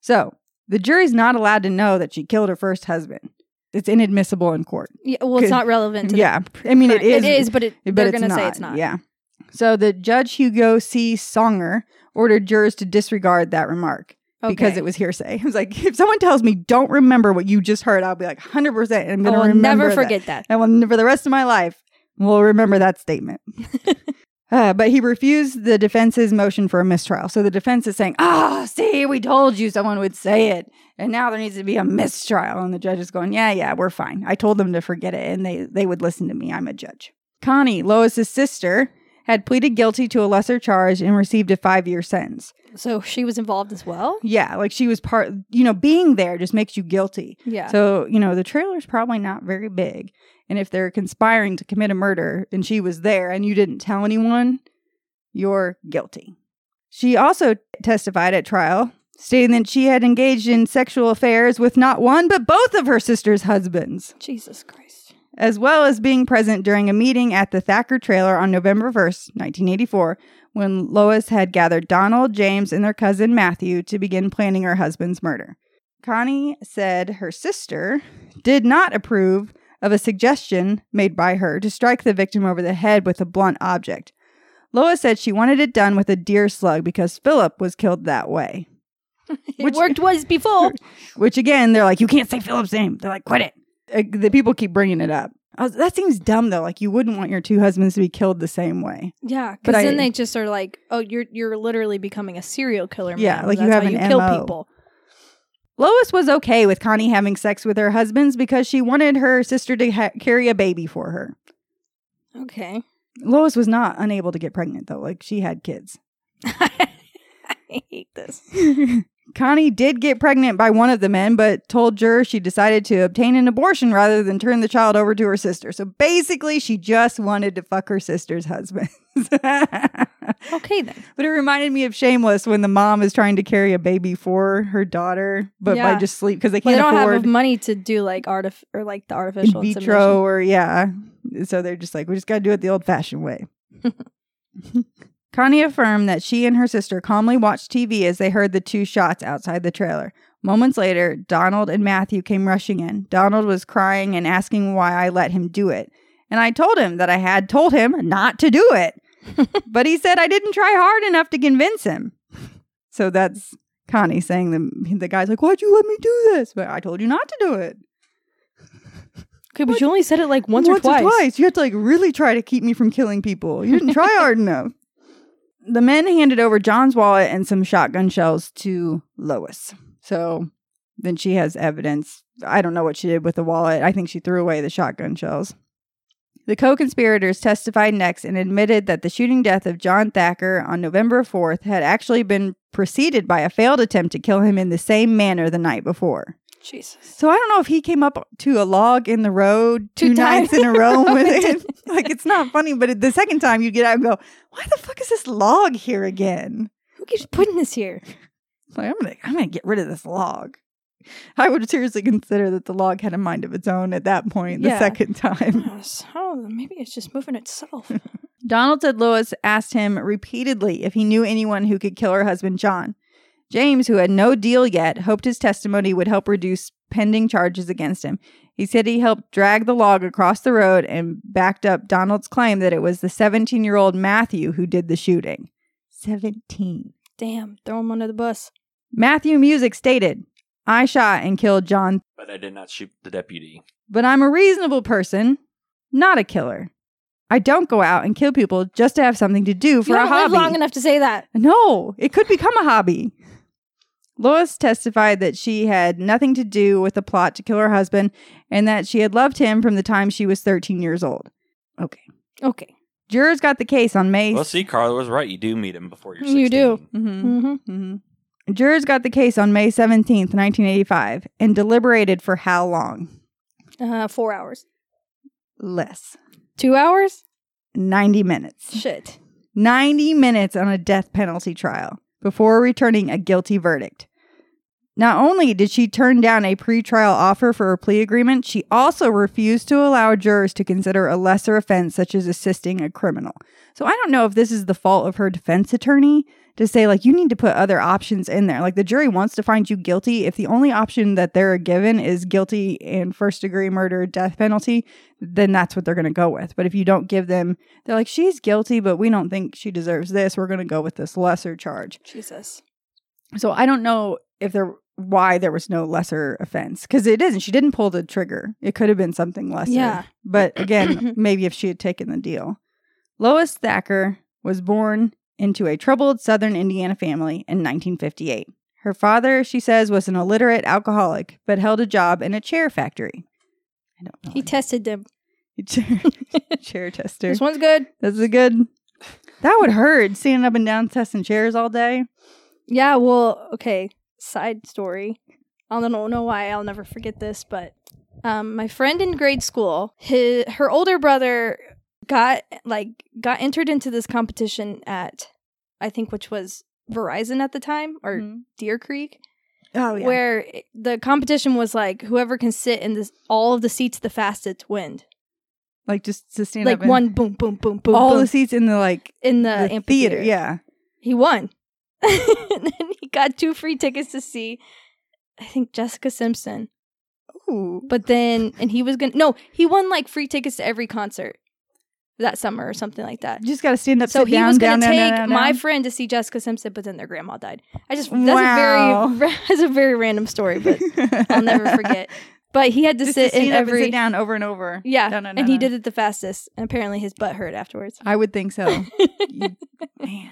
D: So the jury's not allowed to know that she killed her first husband. It's inadmissible in court.
E: Yeah, well, it's
D: Good.
E: not relevant to the
D: Yeah, I mean it
E: crime.
D: is.
E: It is, but, it,
D: but
E: they're
D: it's
E: going to say
D: not.
E: it's not.
D: Yeah. So the judge Hugo C. Songer ordered jurors to disregard that remark because
E: Okay.
D: it was hearsay. It was like if someone tells me don't remember what you just heard, I'll be like hundred percent. I'm
E: I
D: gonna
E: will
D: remember
E: never
D: that.
E: forget that.
D: I will for the rest of my life will remember that statement. Uh, but he refused the defense's motion for a mistrial. So the defense is saying, "Ah, see, we told you someone would say it, and now there needs to be a mistrial." And the judge is going, "Yeah, yeah, we're fine. I told them to forget it, and they they would listen to me. I'm a judge." Connie, Lois's sister, had pleaded guilty to a lesser charge and received a five year sentence.
E: So she was involved as well?
D: Yeah, like she was part. You know, being there just makes you guilty.
E: Yeah.
D: So, you know, the trailer's probably not very big. And if they're conspiring to commit a murder and she was there and you didn't tell anyone, you're guilty. She also testified at trial, stating that she had engaged in sexual affairs with not one, but both of her sister's husbands,
E: Jesus Christ.
D: as well as being present during a meeting at the Thacker trailer on November 1st, 1984, when Lois had gathered Donald, James, and their cousin Matthew to begin planning her husband's murder. Connie said her sister did not approve of a suggestion made by her to strike the victim over the head with a blunt object. Lois said she wanted it done with a deer slug because Philip was killed that way.
E: It
D: Which-
E: worked was before.
D: Which again, they're like, you can't say Philip's name. They're like, quit it. Uh, the people keep bringing it up. I was, that seems dumb though. Like you wouldn't want your two husbands to be killed the same way.
E: Yeah,
D: But
E: because
D: I-
E: then they just are like, "Oh, you're you're literally becoming a serial killer."
D: Yeah,
E: man.
D: like you
E: That's
D: have
E: how
D: an
E: you kill
D: MO.
E: people.
D: Lois was okay with Connie having sex with her husbands because she wanted her sister to ha- carry a baby for her.
E: Okay,
D: Lois was not unable to get pregnant though. Like she had kids.
E: I hate this.
D: Connie did get pregnant by one of the men, but told jurors she decided to obtain an abortion rather than turn the child over to her sister. So basically, she just wanted to fuck her sister's husband. but
E: Okay then.
D: it reminded me of Shameless when the mom is trying to carry a baby for her daughter, but
E: Yeah.
D: by just sleep because they
E: Well,
D: can't
E: they don't
D: afford
E: have money to do like artif or like the
D: in
E: artificial
D: vitro or yeah. So they're just like, we just got to do it the old fashioned way. Connie affirmed that she and her sister calmly watched TV as they heard the two shots outside the trailer. Moments later, Donald and Matthew came rushing in. Donald was crying and asking why I let him do it. And I told him that I had told him not to do it. but he said I didn't try hard enough to convince him. So that's Connie saying the the guy's like, "Why'd you let me do this?" But I told you not to do it.
E: Okay, but you only said it like once, or twice.
D: You had to like really try to keep me from killing people. You didn't try hard enough. The men handed over John's wallet and some shotgun shells to Lois. So then she has evidence. I don't know what she did with the wallet. I think she threw away the shotgun shells. The co conspirators testified next and admitted that the shooting death of John Thacker on November 4th had actually been preceded by a failed attempt to kill him in the same manner the night before.
E: Jesus.
D: So I don't know if he came up to a log in the road two,
E: Two
D: nights
E: times
D: in a row with
E: and
D: it.
E: did-
D: like it's not funny, but the second time you get out and go, "Why the fuck is this log here again?"
E: Who keeps putting this here?
D: Like I'm gonna, I'm gonna get rid of this log. I would seriously consider that the log had a mind of its own at that point. The
E: Yeah.
D: second time,
E: Oh, So maybe it's just moving itself.
D: Donald said Lewis asked him repeatedly if he knew anyone who could kill her husband, John. James, who had no deal yet, hoped his testimony would help reduce pending charges against him. He said he helped drag the log across the road and backed up Donald's claim that it was the 17 year old Matthew who did the shooting. 17.
E: Damn, throw him under the bus.
D: Matthew Music stated, I shot and killed John
C: But I did not shoot the deputy.
D: but I'm a reasonable person, not a killer. I don't go out and kill people just to have something to do for
E: you
D: a
E: haven't lived
D: hobby.
E: long enough to say that.
D: no, it could become a hobby. Lois testified that she had nothing to do with the plot to kill her husband and that she had loved him from the time she was 13 years old. Okay.
E: Okay.
D: Jurors got the case on May.
C: Well, see, Carla was right. You do meet him before you're 16.
E: You do.
D: Mhm.
E: Mm-hmm.
D: Mm-hmm. Jurors got the case on May 17th, 1985, and deliberated for how long?
E: Uh, four hours.
D: Less.
E: Two hours?
D: 90 minutes.
E: Shit.
D: 90 minutes on a death penalty trial before returning a guilty verdict. Not only did she turn down a pretrial offer for a plea agreement, she also refused to allow jurors to consider a lesser offense such as assisting a criminal. So I don't know if this is the fault of her defense attorney to say like you need to put other options in there. Like the jury wants to find you guilty if the only option that they're given is guilty and first degree murder death penalty, then that's what they're going to go with. But if you don't give them they're like, she's guilty, but we don't think she deserves this. We're going to go with this lesser charge.
E: Jesus.
D: So I don't know if there why there was no lesser offense because it isn't. She didn't pull the trigger. It could have been something lesser.
E: Yeah.
D: But again, maybe if she had taken the deal. Lois Thacker was born into a troubled southern Indiana family in 1958. Her father, she says, was an illiterate alcoholic, but held a job in a chair factory. I don't know.
E: He tested them.
D: chair, chair tester.
E: This one's good.
D: That's a good. That would hurt standing up and down testing chairs all day.
E: Yeah, well, okay. Side story. I don't know why I'll never forget this, but um, my friend in grade school, his, her older brother got like got entered into this competition at I think which was Verizon at the time or
D: Mm.
E: Deer Creek,
D: Oh
E: Mm-hmm. where it- the competition was like whoever can sit in this all of the seats the fastest win.
D: like just to stand
E: Like
D: up and-
E: one boom boom boom boom
D: all
E: boom,
D: the seats in the like
E: in the,
D: the,
E: amphitheater.
D: theater. Yeah,
E: he won. and then he got two free tickets to see, I think, Jessica Simpson.
D: Ooh.
E: But then, and he was going to, no, he won like free tickets to every concert that summer or something like that.
D: You just got to stand up.
E: So
D: sit
E: he
D: down,
E: was going
D: down,
E: to
D: down,
E: take
D: down, down,
E: my
D: down.
E: friend to see Jessica Simpson, but then their grandma died. I just, that's
D: Wow.
E: a very, that's a very random story, but, I'll never forget. but he had to
D: just to
E: sit
D: stand
E: in
D: up and
E: every,
D: sit down over and over.
E: yeah.
D: Down, down,
E: and
D: down,
E: he
D: down.
E: did it the fastest. And apparently his butt hurt afterwards.
D: I would think so. You- man,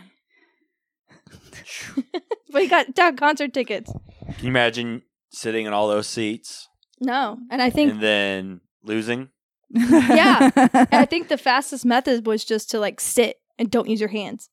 E: But he got got concert tickets.
C: Can you imagine sitting in all those seats
E: No. And I think
C: and then losing?
E: And I think the fastest method was just to like sit and don't use your hands.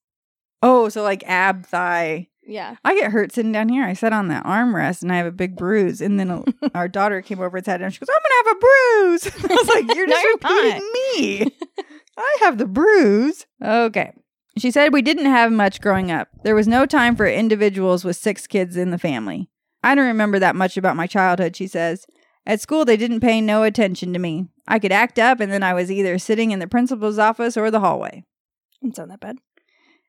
D: oh, so like ab thigh.
E: Yeah.
D: I get hurt sitting down here. I sat on the armrest and I have a big bruise. And then a, our daughter came over and sat down. She goes, I'm going to have a bruise. I was like, You're
E: No,
D: just
E: you're not.
D: repeating me. I have the bruise. Okay. She said, We didn't have much growing up. There was no time for individuals with six kids in the family. I don't remember that much about my childhood, she says. At school, they didn't pay no attention to me. I could act up, and then I was either sitting in the principal's office or the hallway.
E: It's not that bad.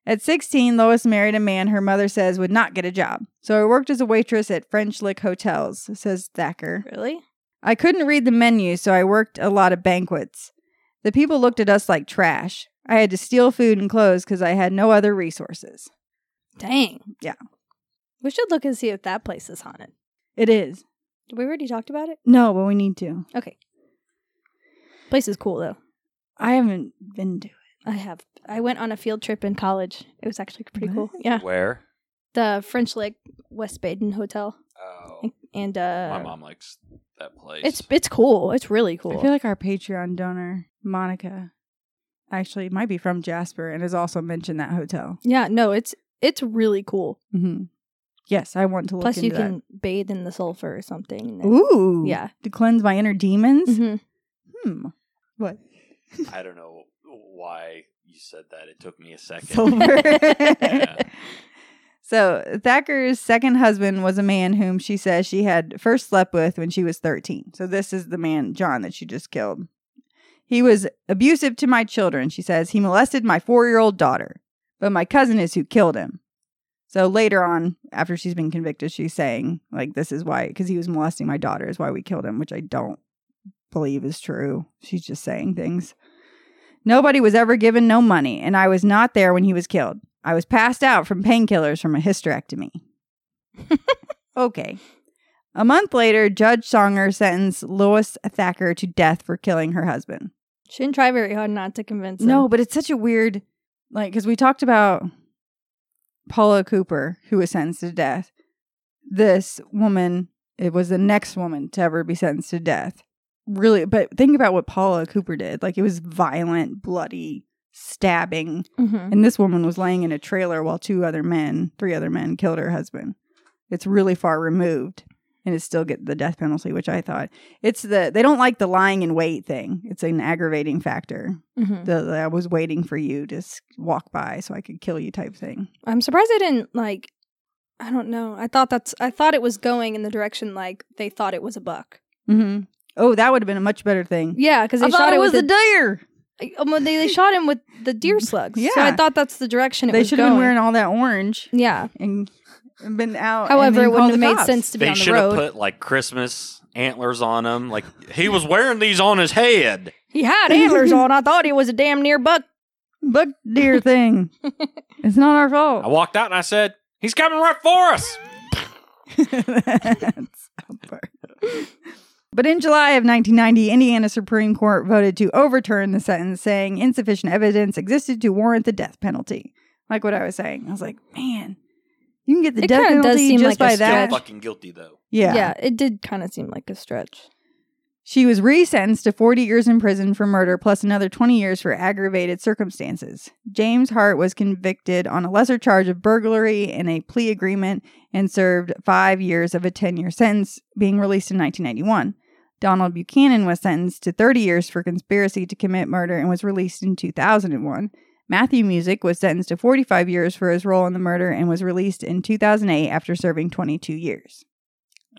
D: At 16, Lois married a man her mother says would not get a job. So I worked as a waitress at French Lick Hotels, says Thacker.
E: Really?
D: I couldn't read the menu, so I worked a lot of banquets. The people looked at us like trash. I had to steal food and clothes because I had no other resources.
E: Dang.
D: Yeah.
E: We should look and see if that place is haunted.
D: It is.
E: We already talked about it.
D: No, but we need to.
E: Okay. Place is cool though.
D: I haven't been to it.
E: I have. I went on a field trip in college. It was actually pretty cool.
D: What?
E: Yeah.
C: Where?
E: The French Lick West Baden Hotel.
C: Oh,
E: And uh
C: my mom likes that place.
E: It's it's cool. It's really cool.
D: I feel like our Patreon donor, Monica, actually might be from Jasper and has also mentioned that hotel.
E: yeah, no, it's it's really cool.
D: Mm-hmm. Yes, I want to look
E: Plus you
D: into that.
E: can bathe in the sulfur or something. and then-
D: Ooh.
E: Yeah.
D: To cleanse my inner demons?
E: Mhm.
D: Hmm. What?
C: I don't know why you said that. It took me a second.
D: Silver.
C: Yeah.
D: So Thacker's second husband was a man whom she says she had first slept with when she was 13. So this is the man, John, that she just killed. He was abusive to my children, she says. He molested my four year old daughter, but my cousin is who killed him. So later on, after she's been convicted, she's saying, like, this is why, because he was molesting my daughter, is why we killed him, which I don't believe is true. She's just saying things. Nobody was ever given no money, and I was not there when he was killed. I was passed out from painkillers from a hysterectomy. okay. A month later, Judge Songer sentenced Lois Thacker to death for killing her husband.
E: She didn't try very hard not to convince him.
D: No, but it's such a weird, like, because we talked about Paula Cooper, who was sentenced to death. This woman, it was the next woman to ever be sentenced to death. Really, but think about what Paula Cooper did. Like, it was violent, bloody, stabbing.
E: Mhm.
D: And this woman was laying in a trailer while two other men, three other men, killed her husband. It's really far removed, and it still get the death penalty, which I thought it's the they don't like the lying in wait thing. It's an aggravating factor.
E: Mhm.
D: The, the, I was waiting for you to s- walk by so I could kill you type thing.
E: I'm surprised I didn't like. I don't know. I thought that's. I thought it was going in the direction like they thought it was a buck.
D: Mm-hmm. Oh, that would have been a much better thing.
E: Yeah, because they
D: I
E: shot
D: thought
E: it
D: it was
E: with
D: a deer.
E: the. um, they, they shot him with the deer slugs. Yeah, so I
D: Yeah.
E: thought that's the direction it
D: They
E: was
D: should
E: going.
D: have been wearing all that orange
E: yeah.
D: and and been out. and
E: However,
D: then
E: it wouldn't
D: called
E: have
D: the
E: made
D: cops.
E: sense to be
C: they
E: on the
C: should have
E: road.
C: put like Christmas antlers on him. Like he was wearing these on his head.
E: he had antlers on. I thought he was a damn near buck.
D: Buck deer thing. it's not our fault.
C: I walked out and I said, "He's coming right for us."
D: That's so far. But in July of 1990, Indiana Supreme Court voted to overturn the sentence, saying insufficient evidence existed to warrant the death penalty. Like what I was saying, I was like, man, you can get the
E: It
D: death
E: kinda does
D: penalty
E: seem
D: just
E: like a
D: by
C: Still
D: that.
E: stretch.
C: fucking guilty though.
D: Yeah.
E: it did kind of seem like a stretch.
D: She was resentenced to 40 years in prison for murder plus another 20 years for aggravated circumstances. James Hart was convicted on a lesser charge of burglary in a plea agreement and served five years of a 10 year sentence, being released in 1991. Donald Buchanan was sentenced to 30 years for conspiracy to commit murder and was released in 2001. Matthew Music was sentenced to 45 years for his role in the murder and was released in 2008 after serving 22 years.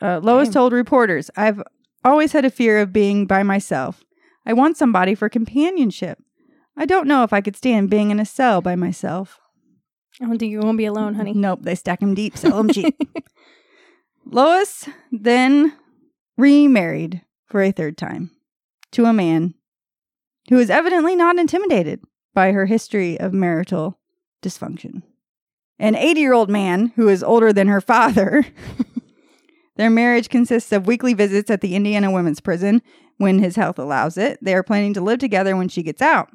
D: Uh, Lois
E: Damn.
D: told reporters, I've always had a fear of being by myself. I want somebody for companionship. I don't know if I could stand being in a cell by myself.
E: I don't think you're gonna be alone, honey.
D: Nope, they stack him deep, sell him cheap. Lois then remarried for a third time to a man who was evidently not intimidated by her history of marital dysfunction. An 80 year old man who is older than her father. Their marriage consists of weekly visits at the Indiana Women's Prison when his health allows it. They are planning to live together when she gets out.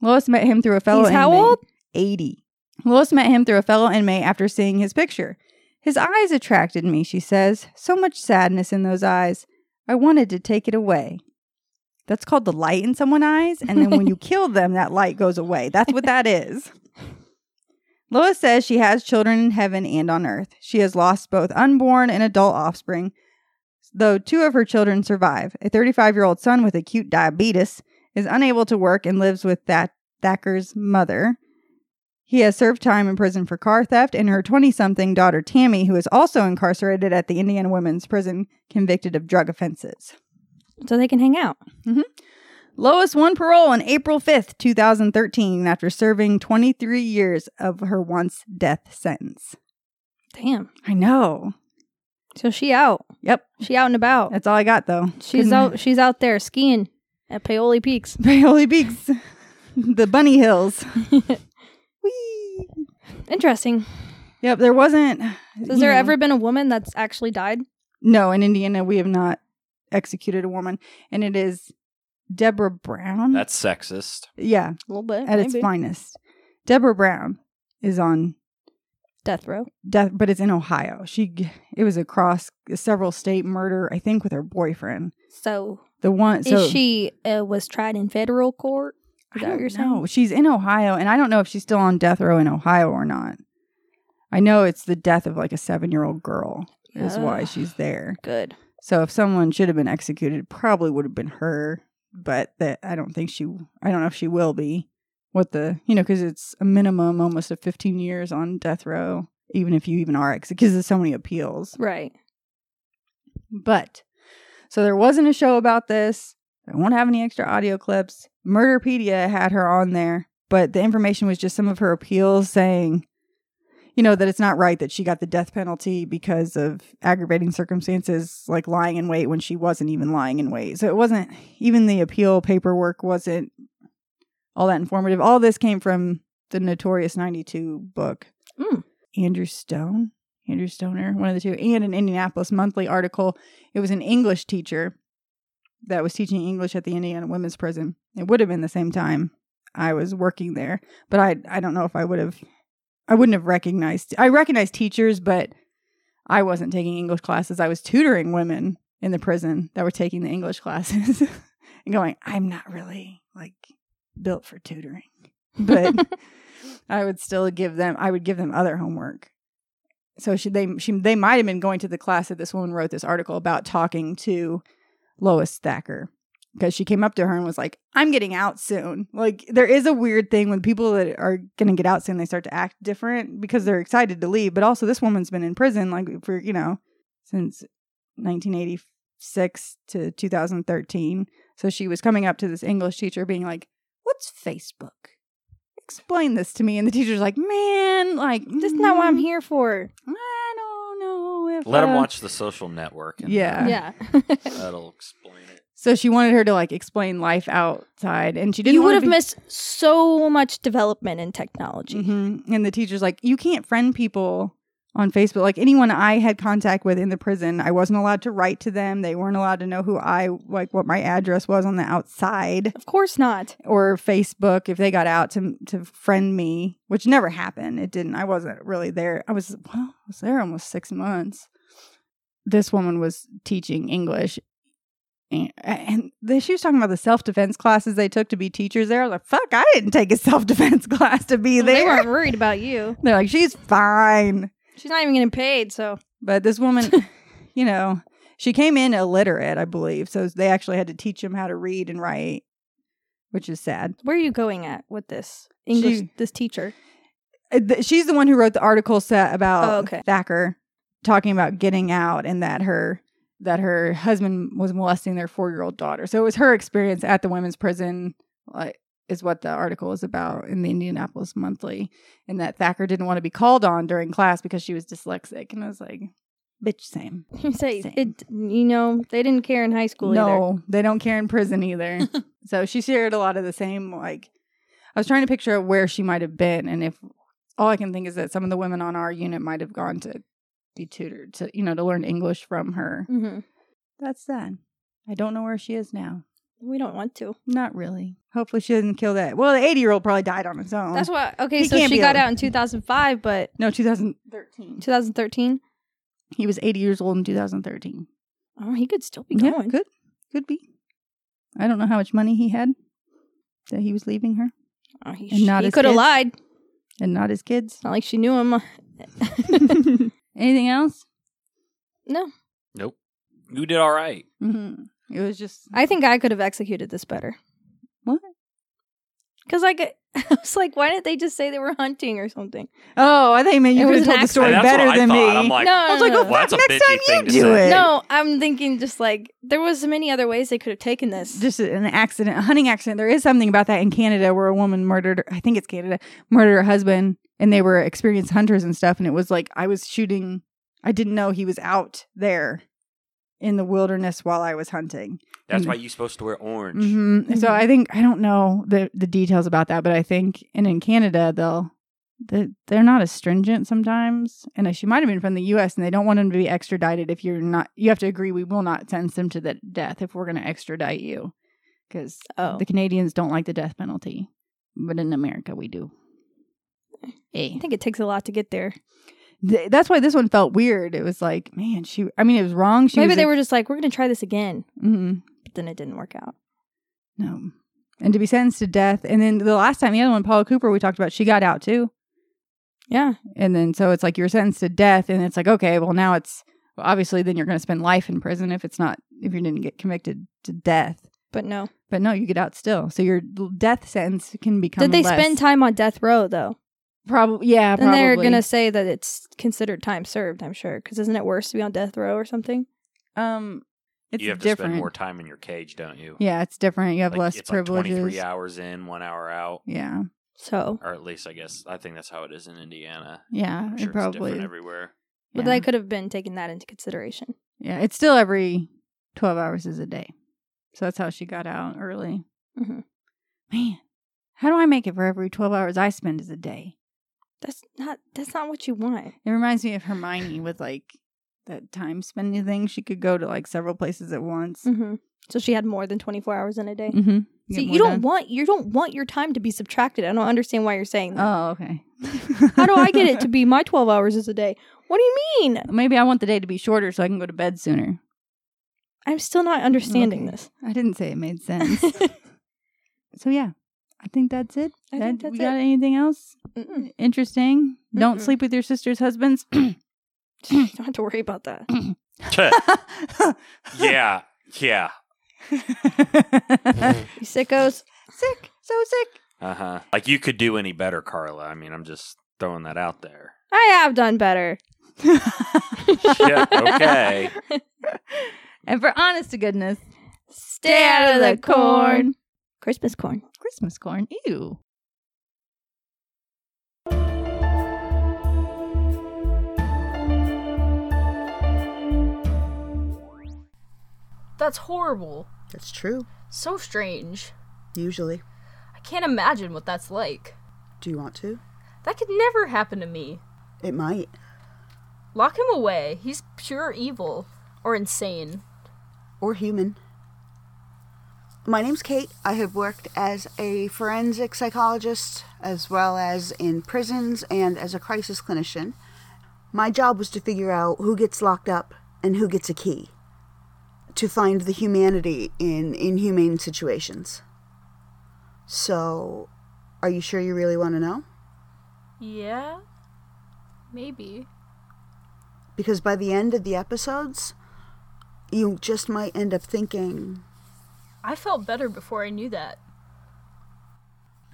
D: Lois met him through a fellow
E: He's how
D: inmate.
E: old?
D: 80. Lois met him through a fellow inmate after seeing his picture. His eyes attracted me, she says. So much sadness in those eyes. I wanted to take it away. That's called the light in someone's eyes. And then when you kill them, that light goes away. That's what that is. Lois says she has children in heaven and on earth. She has lost both unborn and adult offspring, though two of her children survive. A 35 year old son with acute diabetes is unable to work and lives with that Thacker's mother. He has served time in prison for car theft, and her 20 something daughter Tammy, who is also incarcerated at the Indiana Women's Prison, convicted of drug offenses.
E: so they can hang out.
D: Lois won parole on April 5th, 2013, after serving 23 years of her once death sentence.
E: Damn.
D: I know.
E: So she out.
D: Yep.
E: She out and about.
D: That's all I got, though.
E: She's out. She's out there skiing at Paoli Peaks.
D: Paoli Beaks, the Bunny Hills. Whee!
E: Interesting.
D: Yep, there wasn't.
E: Has there ever been a woman that's actually died?
D: No, in Indiana, we have not executed a woman. And it is Deborah Brown.
C: That's sexist.
D: yeah,
E: A little bit.
D: at its finest. Deborah Brown is on
E: Death row.
D: death but it's in ohio she g- it was a cross several state murder i think with her boyfriend
E: So,
D: the one so
E: is she uh, was tried in federal court? Is that what you're saying?
D: no she's in ohio and i don't know if she's still on death row in ohio or not i know it's the death of like a seven year old girl is why
E: Ugh.
D: she's there
E: Good.
D: so if someone should have been executed it probably would have been her but that i don't think she i don't know if she will be what the you know because it's a minimum almost of 15 years on death row even if you even are executed because there's so many appeals
E: Right.
D: But so there wasn't a show about this. I won't have any extra audio clips. Murderpedia had her on there, but the information was just some of her appeals saying, you know, that it's not right that she got the death penalty because of aggravating circumstances like lying in wait when she wasn't even lying in wait. So it wasn't even the appeal paperwork wasn't all that informative. All this came from the Notorious 92 book.
E: Mm.
D: Andrew Stone, Andrew Stoner, one of the two, and an Indianapolis Monthly article it was an English teacher that was teaching English at the Indiana Women's Prison. It would have been the same time I was working there, but I I don't know if I would have I wouldn't have recognized I recognized teachers, but I wasn't taking English classes. I was tutoring women in the prison that were taking the English classes and going, I'm not really like built for tutoring. But I would still give them I would give them other homework so she they she they might have been going to the class that this woman wrote this article about talking to Lois Thacker because she came up to her and was like, "I'm getting out soon." Like there is a weird thing when people that are going to get out soon, they start to act different because they're excited to leave. But also, this woman's been in prison like for you know since 1986 to 2013, so she was coming up to this English teacher being like, "What's Facebook?" Explain this to me, and the teacher's like, "Man, like
E: That's not what I'm
D: mm,
E: here for.
D: I don't know if
C: Let him
D: uh,
C: watch The Social Network.
D: Yeah.
E: Yeah.
C: That'll explain it.
D: So she wanted her to like explain life outside, and she didn't.
E: you
D: want
E: would have
D: to be-
E: missed so much development in technology.
D: Mhm. And the teacher's like, you can't friend people on Facebook. Like anyone I had contact with in the prison, I wasn't allowed to write to them. They weren't allowed to know who I like, what my address was on the outside
E: Of course not.
D: or Facebook if they got out to to friend me, which never happened. It didn't. I wasn't really there. I was well, I was there almost six months. This woman was teaching English, and, and the, she was talking about the self defense classes they took to be teachers there. I was like, "Fuck, I didn't take a self defense class to be
E: They
D: there."
E: weren't worried about you.
D: They're like, "She's fine."
E: She's not even getting paid, so
D: But this woman, you know, she came in illiterate, I believe. So they actually had to teach him how to read and write, which is sad.
E: where are you going at with this English
D: She-
E: this teacher?
D: Uh, th- she's the one who wrote the article set about
E: Oh, okay.
D: Thacker talking about getting out and that her that her husband was molesting their four year old daughter. So it was her experience at the women's prison, like is what the article is about in the Indianapolis Monthly, and that Thacker didn't want to be called on during class because she was dyslexic. And I was like, bitch, same.
E: You say
D: Same.
E: it you know, they didn't care in high school
D: no, they don't care in prison either. so she shared a lot of the same. Like, I was trying to picture where she might have been, and if all I can think is that some of the women on our unit might have gone to be tutored to, you know, to learn English from her.
E: either. hmm
D: That's that. I don't know where she is now.
E: We don't want to.
D: Not really. Hopefully, she doesn't kill that. Well, the eighty-year-old probably died on his own.
E: That's why okay,
D: He
E: so
D: can't
E: she
D: be
E: got
D: al-
E: out in two thousand five, but
D: no, two thousand thirteen.
E: two thousand thirteen?
D: He was eighty years old in two thousand thirteen.
E: Oh, he could still be going.
D: could could be. I don't know how much money he had that he was leaving her.
E: Oh, he
D: And not
E: he
D: his
E: could have
D: kids?
E: lied.
D: and not his kids.
E: It's not like she knew him.
D: Anything else?
E: no,
C: You did all right.
D: Mm-hmm. It was just
E: I think I could have executed this better.
D: What?
E: Because I, get- I was like, why didn't they just say they were hunting or something?
D: oh, I think man,
E: It
D: you could
E: was
D: have told
E: an
D: the
E: accident.
D: story
C: And that's
D: better
C: what I
D: than
C: thought.
D: me.
C: I'm like,
E: no,
D: I was like,
E: no,
D: oh,
E: no.
C: well, that's a
D: Next
C: bitchy
D: time
C: thing
D: you
C: to
D: do
C: say.
D: it.
E: No, I'm thinking just like there was many other ways they could have taken this.
D: just an accident, a hunting accident. There is something about that in Canada where a woman murdered, I think it's Canada, murdered her husband, and they were experienced hunters and stuff. And it was like I was shooting, I didn't know he was out there in the wilderness while I was hunting.
C: That's why you're supposed to wear orange.
D: hmm So
E: Mhm.
D: I think I don't know the the details about that, but I think and in Canada they'll the, they're not as stringent sometimes. And she might have been from the U.S. and they don't want him to be extradited if you're not. You have to agree we will not sentence him to the death if we're going to extradite you because
E: oh,
D: the Canadians don't like the death penalty, but in America we do. Eh.
E: I think it takes a lot to get there.
D: Th- that's why this one felt weird. It was like, man, she. I mean, it was wrong. She
E: Maybe
D: was
E: they
D: ex-
E: were just like, we're going to try this again,
D: Mhm.
E: but then it didn't work out.
D: No. And to be sentenced to death. And then the last time, the other one, Paula Cooper, we talked about, she got out too.
E: Yeah,
D: And then so it's like you're sentenced to death. And it's like, okay, well, now it's well, obviously then you're going to spend life in prison if it's not, if you didn't get convicted to death.
E: but no.
D: But no, you get out still. So your l- death sentence can become.
E: Did they
D: less.
E: spend time on death row though?
D: Probably. Yeah,
E: Then
D: probably.
E: they're going to say that it's considered time served. I'm sure because isn't it worse to be on death row or something?
D: Um, it's
C: you have
D: different.
C: to spend more time in your cage, don't you?
D: Yeah, it's different. You have
C: Like,
D: less
C: it's Like
D: privileges.
C: 23 hours in, one hour out.
D: yeah.
E: So,
C: Or at least, I guess, I think that's how it is in Indiana.
D: Yeah.
C: I'm
D: it
C: sure it's
D: probably.
C: different everywhere.
D: yeah.
E: but they could have been taking that into consideration.
D: Yeah, it's still every 12 hours is a day. So that's how she got out early.
E: Mhm.
D: Man, how do I make it for every 12 hours I spend is a day?
E: That's not. That's not what you want.
D: It reminds me of Hermione with like that time spending thing. She could go to like several places at once.
E: hmm So she had more than 24 hours in a day.
D: Mm-hmm.
E: See, you don't want you don't want your time to be subtracted. I don't understand why you're saying that.
D: Oh, okay.
E: How do I get it to be my 12 hours is a day? What do you mean?
D: Maybe I want the day to be shorter so I can go to bed sooner.
E: I'm still not understanding
D: Okay.
E: this.
D: I didn't say it made sense. so yeah, I think that's it.
E: I
D: That-
E: think that's
D: we got
E: it.
D: anything else
E: Mm-mm.
D: interesting? Don't
E: Mm-mm.
D: sleep with your sister's husbands.
E: You don't have to worry about that.
C: yeah. Yeah.
E: You sickos.
D: sick, so sick.
C: Uh huh. Like, you could do any better, Carla. I mean, I'm just throwing that out there.
E: I have done better.
C: Shit. Okay.
D: And for honest to goodness,
E: Stay out of the corn. Christmas corn.
D: Christmas corn. Ew.
H: That's horrible.
I: That's true,
H: So strange.
I: usually.
H: I can't imagine what that's like.
I: Do you want to?
H: That could never happen to me.
I: It might.
H: Lock him away. He's pure evil. Or insane.
I: Or human. My name's Kate. I have worked as a forensic psychologist, as well as in prisons and as a crisis clinician. My job was to figure out who gets locked up and who gets a key, to find the humanity in inhumane situations. So, are you sure you really want to know?
H: Yeah? Maybe.
I: because by the end of the episodes, you just might end up thinking,
H: I felt better before I knew that.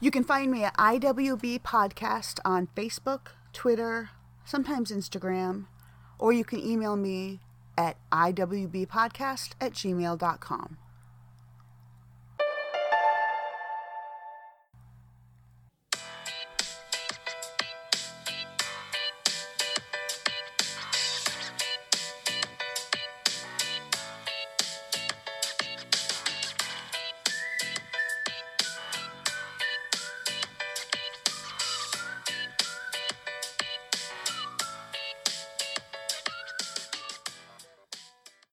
I: You can find me at IWB Podcast on Facebook, Twitter, sometimes Instagram, or you can email me at IWBpodcast at gmail.com.